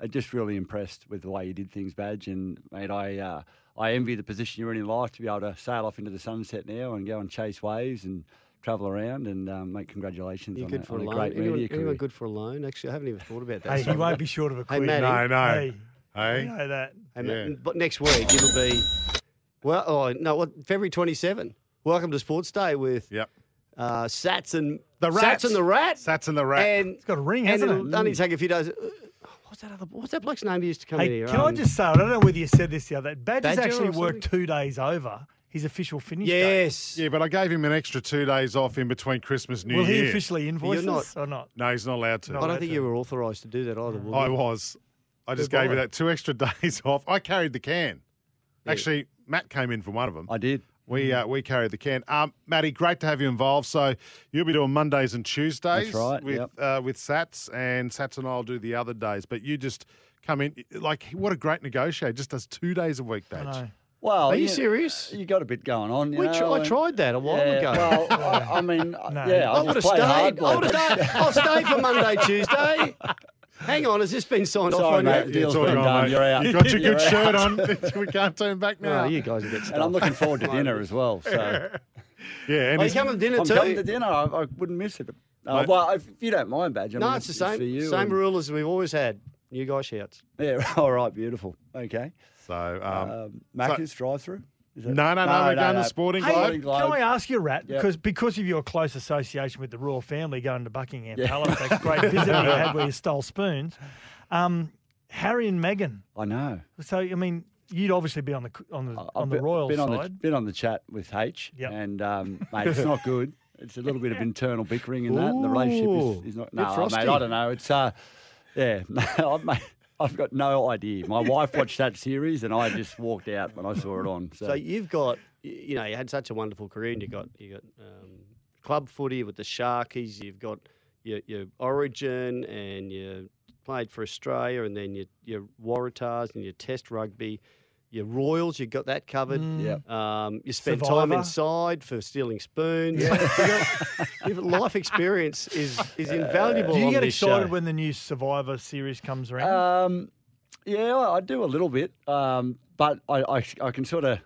I'm just really impressed with the way you did things, Badge. And mate, I uh, I envy the position you're in in life to be able to sail off into the sunset now and go and chase waves and travel around. And um, mate, congratulations You on, good a, for on a a loan? great Anyone- media anyone career. good for a loan? Actually, I haven't even thought about that. Hey, he so- won't be short of a quid. Hey, Matty. No, no. Hey. Hey. You know that. Hey, Matt, Yeah. But next week it'll be well. Oh no, what February twenty seven. Welcome to Sports Day with yep. uh, Sats and The Sats and the Rat. Sats and the Rat. And it's got a ring, and hasn't it? Mm. it'll only take a few days. Uh, What's that other? What's that bloke's name? He used to come in Hey, here. can I um, just say, I don't know whether you said this the other day. Badge has Badger or actually worked two days over his official finish date. Yes. Yeah, but I gave him an extra two days off in between Christmas and New Will Year. he officially invoice You're us or not? No, he's not allowed to. I don't think you were authorised to do that either. Will I you? was. I just Goodbye. gave you that two extra days off. I carried the can. Actually, Matt came in for one of them. I did. We uh, we carried the can. Um, Matty, great to have you involved. So you'll be doing Mondays and Tuesdays right, with yep. uh, with Sats, and Sats and I'll do the other days. But you just come in like what a great negotiator. Just does two days a week, Badge. Well, Are you serious? You got a bit going on. You We know, tr- I and- tried that a while Yeah, ago. Well, I, I mean, yeah, I I, would have just stayed. play I hardball. would have stayed. I'll stay for Monday, Tuesday. Hang on, has this been signed off? Sorry, on mate, the deal's been done. You're out. You got your You're good out. shirt on. we can't turn back now. Oh, you guys get And I'm looking forward to dinner as well. So yeah, and I'm it's- coming dinner I'm too? coming to dinner. I, I wouldn't miss it. Uh, well, if you don't mind, Badge, I no, mean, it's the it's same for you same and- rule as we've always had. New guy shouts. Yeah. All right. Beautiful. Okay. So, um, um, Macca's drive-through. Is it- Hey, Can I ask you, Rat? Yep. Because because of your close association with the royal family, going to Buckingham Yeah. Palace, that great visit you had where you stole spoons. Um, Harry and Meghan. I know. So I mean, you'd obviously be on the on the on the I've royal been on the, side. been on the chat with H, Yep. and um, mate, it's not good. It's a little bit of internal bickering in that. and the relationship Ooh, is, is not. bit No, frosty. mate, I don't know. It's uh, yeah, I've, made, I've got no idea. My wife watched that series, and I just walked out when I saw it on. So, So you've got, y- you know, you had such a wonderful career, and you got you got um, club footy with the Sharkies. You've got your, your Origin, and you played for Australia, and then your your Waratahs and your Test rugby, your Royals. You got that covered. Mm. Yep. Um, you spent time Survivor. inside for stealing spoons. You got- life experience is is uh, invaluable. Uh, Do you on get this show. Uh, excited when the new Survivor series comes around? Um, yeah, I, I do a little bit, um, but I, I, I can sort of,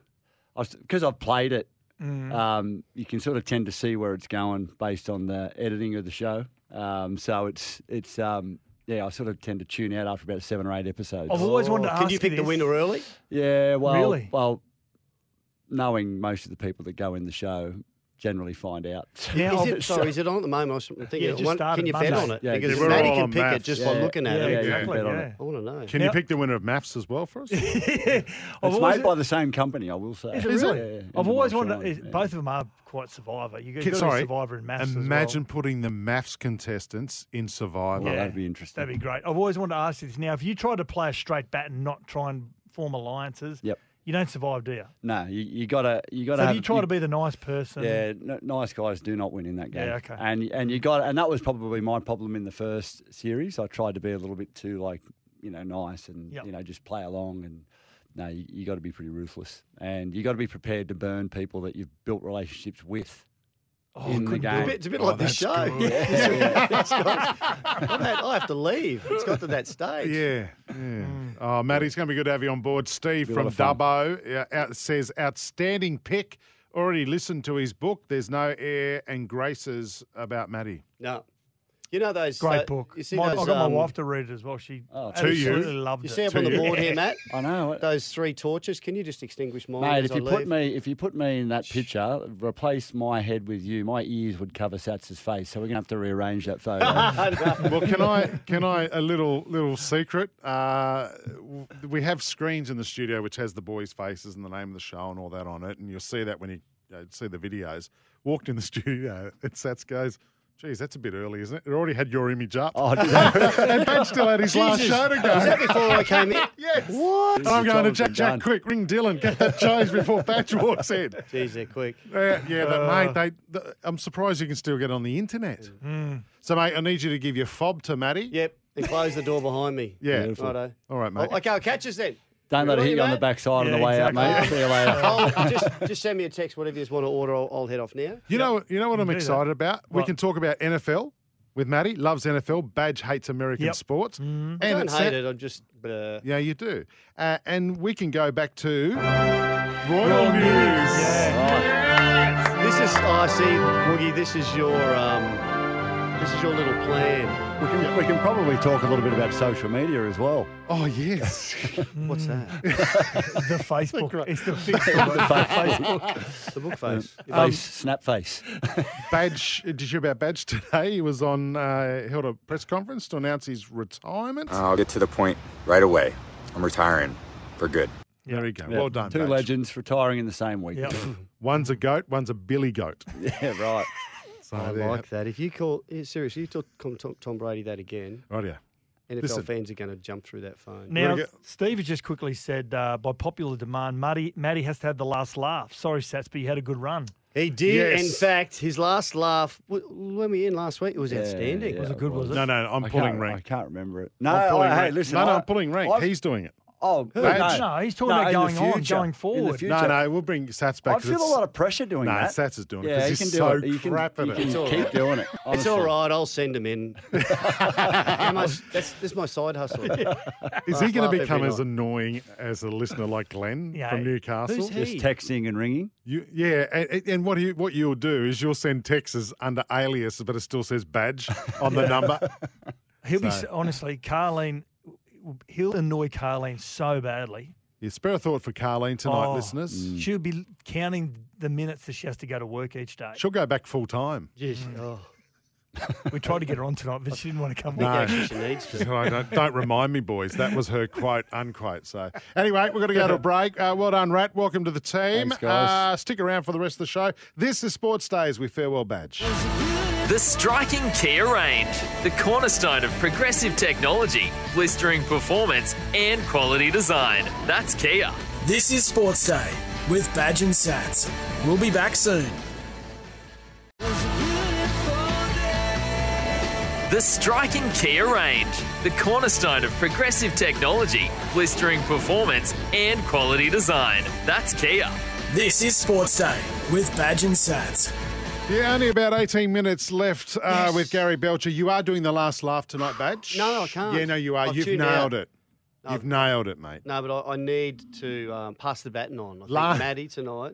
because I've played it, Mm. um, you can sort of tend to see where it's going based on the editing of the show. Um, so it's it's um, yeah, I sort of tend to tune out after about seven or eight episodes. I've always wanted to Oh, Can ask you pick the this. winner early? Yeah, well, Really? well, knowing most of the people that go in the show generally find out. is it, sorry, is it on at the moment? I was thinking, Yeah, it just one- started can you bet Monday. on it? Yeah, because yeah, we're Maddie all can on pick it maths. just by Yeah, looking at yeah, it. yeah, Exactly, bet on yeah. it. I want to know. Can you pick the winner of maths as well for us? It's always- made by the same company, I will say. Is it really? Yeah, yeah, I've Endemol always wanted. Shine. To, both of them are quite Survivor. You Kid, got to Survivor and Maths. as well. Imagine putting the maths contestants in Survivor. Well, that'd be interesting. That'd be great. I've always wanted to ask you this. Now, if you try to play a straight bat and not try and form alliances, Yep. you don't survive, do you? No, you, you gotta you So gotta. do have, you try to be the nice person? Yeah, n- nice guys do not win in that game. Yeah, okay. And and you got and that was probably my problem in the first series. I tried to be a little bit too like you know nice and Yep. you know just play along and no, you, you got to be pretty ruthless and you got to be prepared to burn people that you've built relationships with. Oh, in the couldn't do it. game. It's a bit- it's a bit Oh, like this that's show. good. Yeah. Yeah. It's got- I've had- I have to leave. It's got to that stage. Yeah, yeah. Mm. Mm. Oh, Matty, it's going to be good to have you on board. Steve Be a from lot of Dubbo uh, out, says outstanding pick. Already listened to his book. There's no air and graces about Matty. No. You know those Great uh, tho- book. You see My- I those, got my um, wife to read it as well. She Oh, to you. absolutely loved You it. see up To on the you. board here, Matt. I know. Those three torches. Can you just extinguish mine? Mate, as if I you put leave? me if you put me in that picture, replace my head with you. My ears would cover Sats's face, so we're gonna have to rearrange that photo. well, can I can I a little little secret? Uh, w- we have screens in the studio which has the boys' faces and the name of the show and all that on it, and you'll see that when you, you know, see the videos. Walked in the studio, and Sats goes. Geez, that's a bit early, isn't it? It already had your image up. Oh, did and Badge still had his last Jesus. show to go. Was that before I came in? Yes. What? And I'm The going job's to been Jack, Jack, done. quick, ring Dylan, get that change before Badge walks in. Jeez, they're quick. Yeah, yeah, but Uh. mate, they, th I'm surprised you can still get on the internet. hmm. So, mate, I need you to give your fob to Matty. Yep, and close the door behind me. Yeah. Beautiful. Righto. All right, mate. Oh, okay, I'll catch us then. Don't let it Will hit you on mate? the backside on the way out, mate. See you later. I'll- just, just send me a text, whatever you want to order. I'll, I'll head off now. You know, you know what I'm do that. excited about. We What? can talk about NFL with Matty. Loves NFL. Badge hates American Yep. Mm-hmm. sports. I And don't it's hate that- it. I'm just. Uh, Yeah, you do. Uh, and we can go back to Royal, Royal News. Right. This is. I see, Woogie. This is your. Um, this is your little plan. We can, we can probably talk a little bit about social media as well. Oh yes. What's that? the Facebook. it's the The fa- Facebook. Facebook. The book face. Face, Um, snap face. Badge, did you hear about Badge today? He was on, uh, held a press conference to announce his retirement. I'll get to the point right away. I'm retiring for good. There you go. Yeah. Well done. Two Badge. legends retiring in the same week. one's a goat, one's a billy goat. yeah, right. I Oh, there. like that. If you call, yeah, seriously, you talk Tom, Tom- Tom Brady that again, Right, yeah. NFL Listen. fans are going to jump through that phone. Now, Steve has just quickly said, uh, by popular demand, Matty, Matty has to have the last laugh. Sorry, Sats, but you had a good run. He did, in fact, his last laugh w- when we in last week, it was outstanding. was it good? Was it? No, no, I'm I pulling can't- rank. I can't remember it. No, I'm pulling I- hey, rank. listen, No, no, I- I'm pulling rank. I've- He's doing it. Oh, Who? No, he's talking about in the going on, future. going In the forward. future. No, no, we'll bring Sats back. I 'cause feel a it's- lot of pressure doing no, that. Sats is doing it Yeah, 'cause he he's can do so it. He can- crap at he it. can It's all keep right. doing it. It's honestly. all right. I'll send him in. How much- that's, that's my side hustle. Is Laugh, he going laugh to become every as night. annoying as a listener like Glenn Yeah. from Newcastle? Who's he? Just texting and ringing. You, yeah, and, and what you what you'll do is you'll send texts under alias, but it still says badge on the Yeah. number. He'll be So- s honestly, Carlene. He'll annoy Carlene so badly. Yeah, spare a thought for Carlene tonight, Oh, listeners. She'll be counting the minutes that she has to go to work each day. Mm. She'll go back full time. We tried to get her on tonight, but she didn't want to come. Oh. No, on. She's like, don't, don't remind me, boys. That was her quote, unquote. So, anyway, we're going to go to a break. Uh, well done, Rat. Welcome to the team. Thanks, guys. Uh, stick around for the rest of the show. This is Sports Days with Farewell Badge. The striking Kia range, the cornerstone of progressive technology, blistering performance, and quality design. That's Kia. This is Sports Day with Badge and Sats. We'll be back soon. The striking Kia range, the cornerstone of progressive technology, blistering performance, and quality design. That's Kia. This is Sports Day with Badge and Sats. Yeah, only about 18 minutes left uh, with Gary Belcher. You are doing the last laugh tonight, Badge. No, I can't. Yeah, no, you are. I've You've tuned out. nailed it. You've nailed it, mate. No, but I, I need to um, pass the baton on. I think La- Maddie tonight.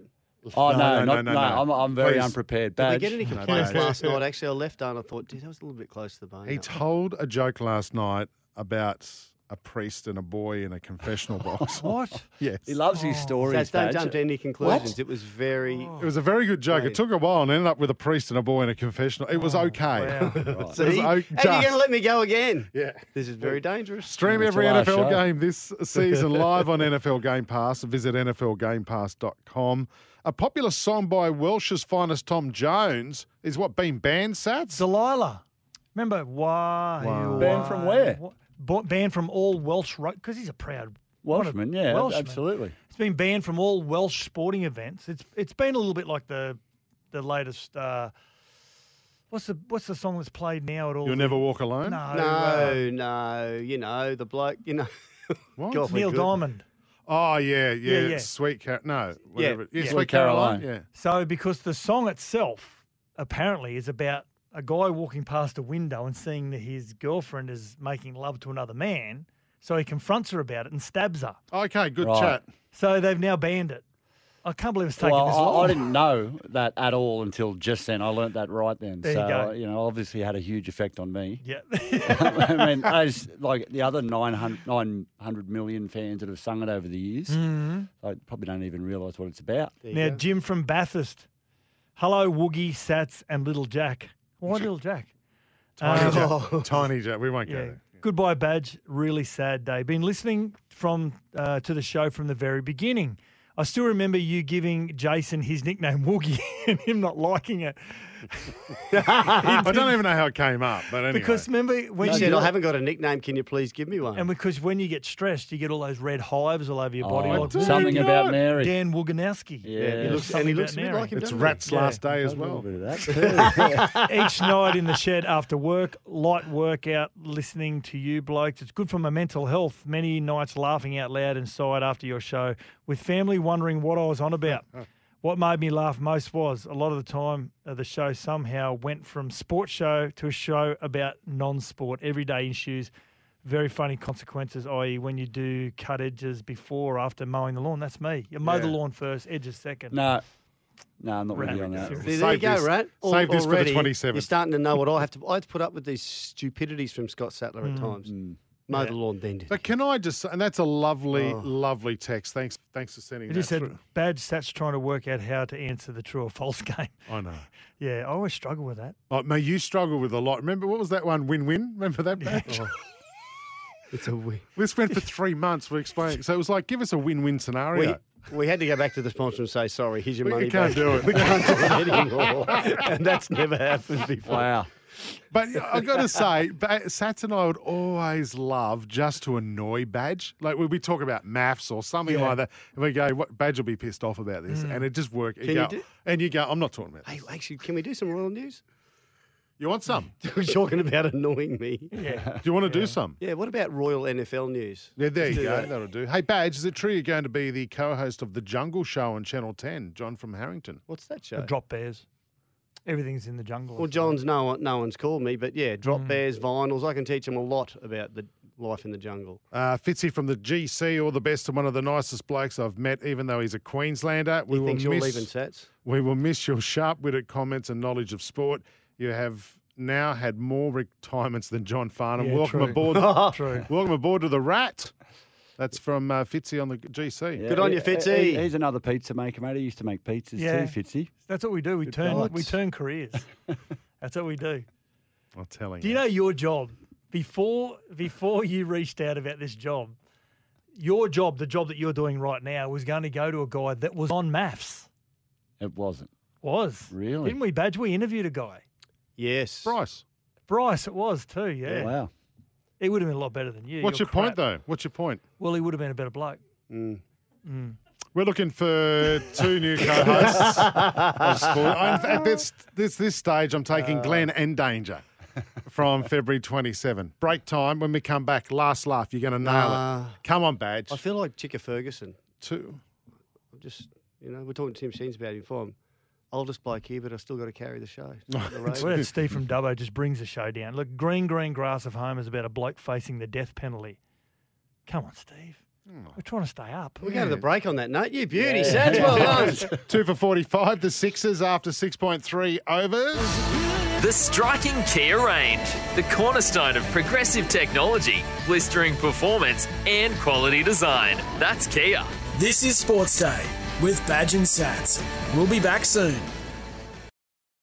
Oh, No, no, no, not- no, no, no. I'm- I'm very Please. unprepared. Did we Badge. get any No, complaints Badge. last night? Actually, I left down. I thought, dude, that was a little bit close to the bone. He That one. told a joke last night about a priest and a boy in a confessional box. What? Yes. He loves his Oh. stories, Sats, don't Badge. jump to any What? conclusions. It was very- It was a very good joke. It took a while and ended up with a priest and a boy in a confessional. It was okay. it was Oh, See? o- And you're going just. to let me go again? Yeah. This is very dangerous. Stream every NFL game this season live on NFL Game Pass. Visit NFLGamePass.com. A popular song by Welsh's finest Tom Jones is what been banned, Sats? Delilah. Remember why? Wow. Banned from where? Bo- banned from all Welsh because he's a proud what a Welshman, yeah, Welshman. absolutely. It's been banned from all Welsh sporting events. It's it's been a little bit like the the latest. Uh, what's the what's the song that's played now at all? You'll never walk alone. No, uh, No, no, you know, the bloke, you know. What? God, we're Neil good. Diamond. Oh yeah, yeah, yeah. Sweet Car- no, whatever. Yeah, Sweet Caroline. Yeah. So because the song itself apparently is about a guy walking past a window and seeing that his girlfriend is making love to another man, so he confronts her about it and stabs her. Okay, good Right. chat. So they've now banned it. I can't believe it's taken Well, this I, long. I didn't know that at all until just then. I learnt that right then. There you so go. you know, obviously had a huge effect on me. Yeah. I mean, as like the other 900, 900 million fans that have sung it over the years, Mhm. I probably don't even realise what it's about. Now, Jim from Bathurst. Hello, Woogie, Sats, and Little Jack. Why Little Jack? Oh. Tiny Um, Jack. Tiny Jack. We won't go there. Goodbye, badge. Really sad day. Been listening from uh, to the show from the very beginning. I still remember you giving Jason his nickname Woogie and him not liking it. I don't even know how it came up, but anyway. Because remember when He you said, I haven't got a nickname. Can you please give me one? and because when you get stressed, you get all those red hives all over your body. Oh, like, I did Something About Dan- Mary. Dan Woganowski. Yeah. He looks- and he looks a bit like him, It's doesn't Rat's he? last Yeah. day as Does a well. little bit of that Each night in the shed after work, light workout, listening to you blokes. It's good for my mental health. Many nights laughing out loud inside after your show, with family wondering what I was on about. What made me laugh most was a lot of the time uh, the show somehow went from sports show to a show about non-sport, everyday issues, very funny consequences, i.e. when you do cut edges before or after mowing the lawn. That's me. You mow the Yeah. lawn first, edges second. No, no, I'm not with you on that. Rat. See, there you go, Rat. Al- save this for the already, 27th. You're starting to know what I have to. I have to put up with these stupidities from Scott Sattler at times. Mm. Mow the lawn, then. But can I just? And that's a lovely, Oh. lovely text. Thanks, thanks for sending It that just said through. badge stats trying to work out how to answer the true or false game. I know. Yeah, I always struggle with that. Like, may you struggle with a lot. Remember what was that one? Win-win. Remember that? Badge? Oh. It's a win. this went for three months. We're explaining. So it was like, give us a win-win We, scenario. we had to go back to the sponsor and say, sorry, here's your We money. can't back." do it. we can't do it anymore. and that's never happened before. Wow. But I've got to say, ba- Sats and I would always love just to annoy Badge. Like we'd be talking about maths or something Yeah. Mm. like that, and we go, "What Badge will be pissed off about this," and it just worked. Can you go, do- and you go, "I'm not talking about." That. Hey, actually, can we do some royal news? You want some? We're talking about annoying me. Yeah. Do you want to do some? Yeah, what about Royal NFL news? Yeah, there Let's you do go. that. That'll do. Hey, Badge, is it true you're going to be the co-host of the Jungle Show on Channel Ten? John from Harrington. What's that The drop bears. Everything's in the jungle. Well, John's no one, no one's called me, but yeah, drop bears, vinyls. I can teach them a lot about the life in the jungle. Uh, Fitzy from the GC, all the best and one of the nicest blokes I've met, even though he's a Queenslander. We He thinks you're miss, leaving sets. We will miss your sharp-witted comments and knowledge of sport. You have now had more retirements than John Farnham. Yeah, welcome true. aboard. True. Welcome aboard to the Rat. That's from uh, Fitzy on the GC. Yeah, he- he- He's another pizza maker, mate. He used to make pizzas Yeah. too, Fitzy. That's what we do. We turn God. we turn careers. That's what we do. I'm telling Do you know your job? Before before you reached out about this job, your job, the job that you're doing right now, was going to go to a guy that was on maths. It wasn't. Was Really? didn't we, Badge? We interviewed a guy. Yes. Bryce. Bryce, it was too. Yeah. Wow. He would have been a lot better than you. What's You're your point, crap. though? What's your point? Well, he would have been a better bloke. Mm. We're looking for two new co-hosts. of sport. I'm, at this, this this stage, I'm taking Glenn and Danger from February 27. Break time. When we come back, last laugh. You're going to nail Nah. it. Come on, Badge. I feel like Chicka Ferguson. Two. I'm just, you know, we're talking to Tim Sheens about him. For him, oldest bloke here, but I still got to carry the show. The road. Well, that Steve from Dubbo just brings the show down. Look, Green Green Grass of Home is about a bloke facing the death penalty. Come on, Steve. We're trying to stay up. Hmm. We go to the break on that note. You beauty, Yeah. Sats. Well done. Two for 45. The Sixers after 6.3 overs. The striking Kia range, the cornerstone of progressive technology, blistering performance, and quality design. That's Kia. This is Sports Day with Badge and Sats. We'll be back soon.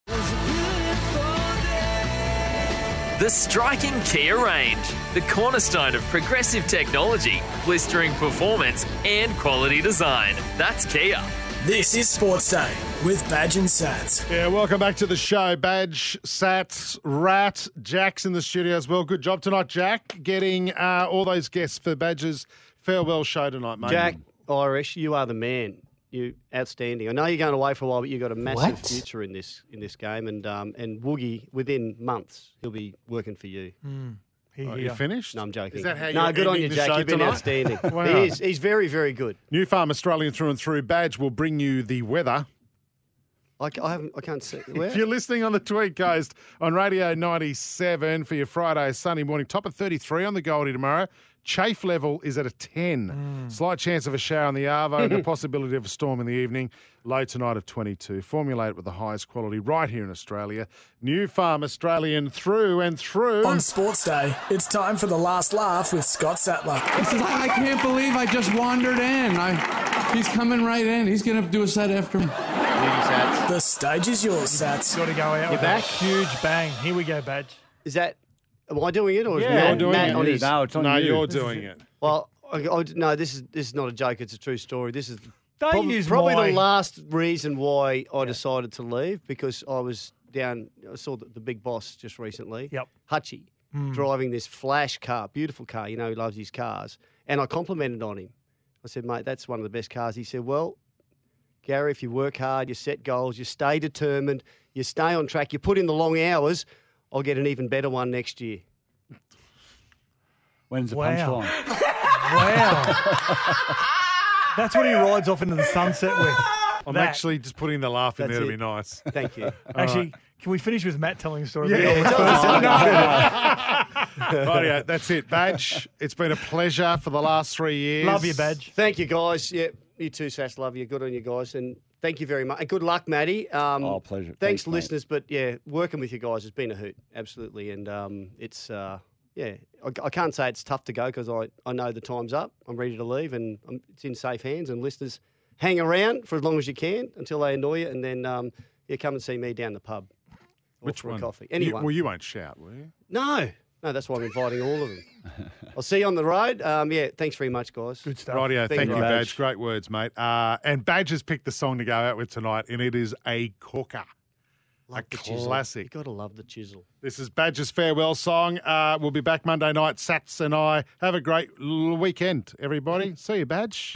The striking Kia range, the cornerstone of progressive technology, blistering performance, and quality design. That's Kia. This is Sports Day with Badge and Sats. Yeah, welcome back to the show. Badge, Sats, Rat, Jack's in the studio as well. Good job tonight, Jack, getting uh, all those guests for Badge's farewell show tonight, mate. Jack Irish, you are the man. You outstanding. I know you're going away for a while, but you've got a massive What? future in this in this game. And um, and Woogie, within months, he'll be working for you. Hmm. Oh, uh, you finished? No, I'm joking. Is that how no, you're good on ending you, the Jack. show You've been tonight? outstanding. Wow. He is. He's very, very good. New Farm Australian through and through. Badge will bring you the weather. I, c- I haven't. I can't see. Where? If you're listening on the Tweet Coast on Radio 97 for your Friday, sunny morning, top of 33 on the Goldie tomorrow. Chafe level is at a 10. Slight chance of a shower in the Arvo and the possibility of a storm in the evening. Low tonight of 22. Formulate with the highest quality right here in Australia. New Farm Australian through and through. On Sports Day, it's time for the last laugh with Scott Sattler. I can't believe I just wandered in. I, he's coming right in. He's going to do a set after me. The stage is yours, Sats. Got to go out. You're with back? A huge bang. Here we go, Badge. Is that? Am I doing it or Yeah, is Matt, you're doing Matt it. on his? No, it's on No, you. you're doing it. Well, I, I, no, this is this is not a joke. It's a true story. This is Don't probably, use probably my- the last reason why I decided to leave because I was down. I saw the, the big boss just recently. Yep, Hutchie Mm. driving this flash car, beautiful car. You know he loves his cars, and I complimented on him. I said, mate, that's one of the best cars. He said, well, Gary, if you work hard, you set goals, you stay determined, you stay on track, you put in the long hours, I'll get an even better one next year. When's the Wow. punchline? That's what he rides off into the sunset with. I'm That. actually just putting the laugh in That's there to be it. nice. Thank you. Actually, can we finish with Matt telling a story? Yeah, about tell us Elvis? Rightio, that's it. Badge, it's been a pleasure for the last three years. Thank you, guys. Yeah, you too, Sass. Love you. Good on you guys. And thank you very much. And good luck, Matty. Um, Oh, pleasure. Thanks, Thanks, mate. listeners. But yeah, working with you guys has been a hoot. Absolutely. And um, it's, uh, yeah, I, I can't say it's tough to go because I, I know the time's up. I'm ready to leave and i it's in safe hands. And listeners, hang around for as long as you can until they annoy you. And then, um, yeah, come and see me down the pub. or Which for one? A coffee. You- Anyone. well, you won't shout, will you? No. No, that's why I'm inviting all of them. I'll see you on the road. Um, yeah, thanks very much, guys. Good stuff. Rightio, thank you, Badge. Great words, mate. Uh, and Badge has picked the song to go out with tonight, and it is a corker. a classic. You've got to love the chisel. This is Badge's farewell song. Uh, we'll be back Monday night. Sats and I. Have a great l- Mm. weekend, everybody. See you, Badge.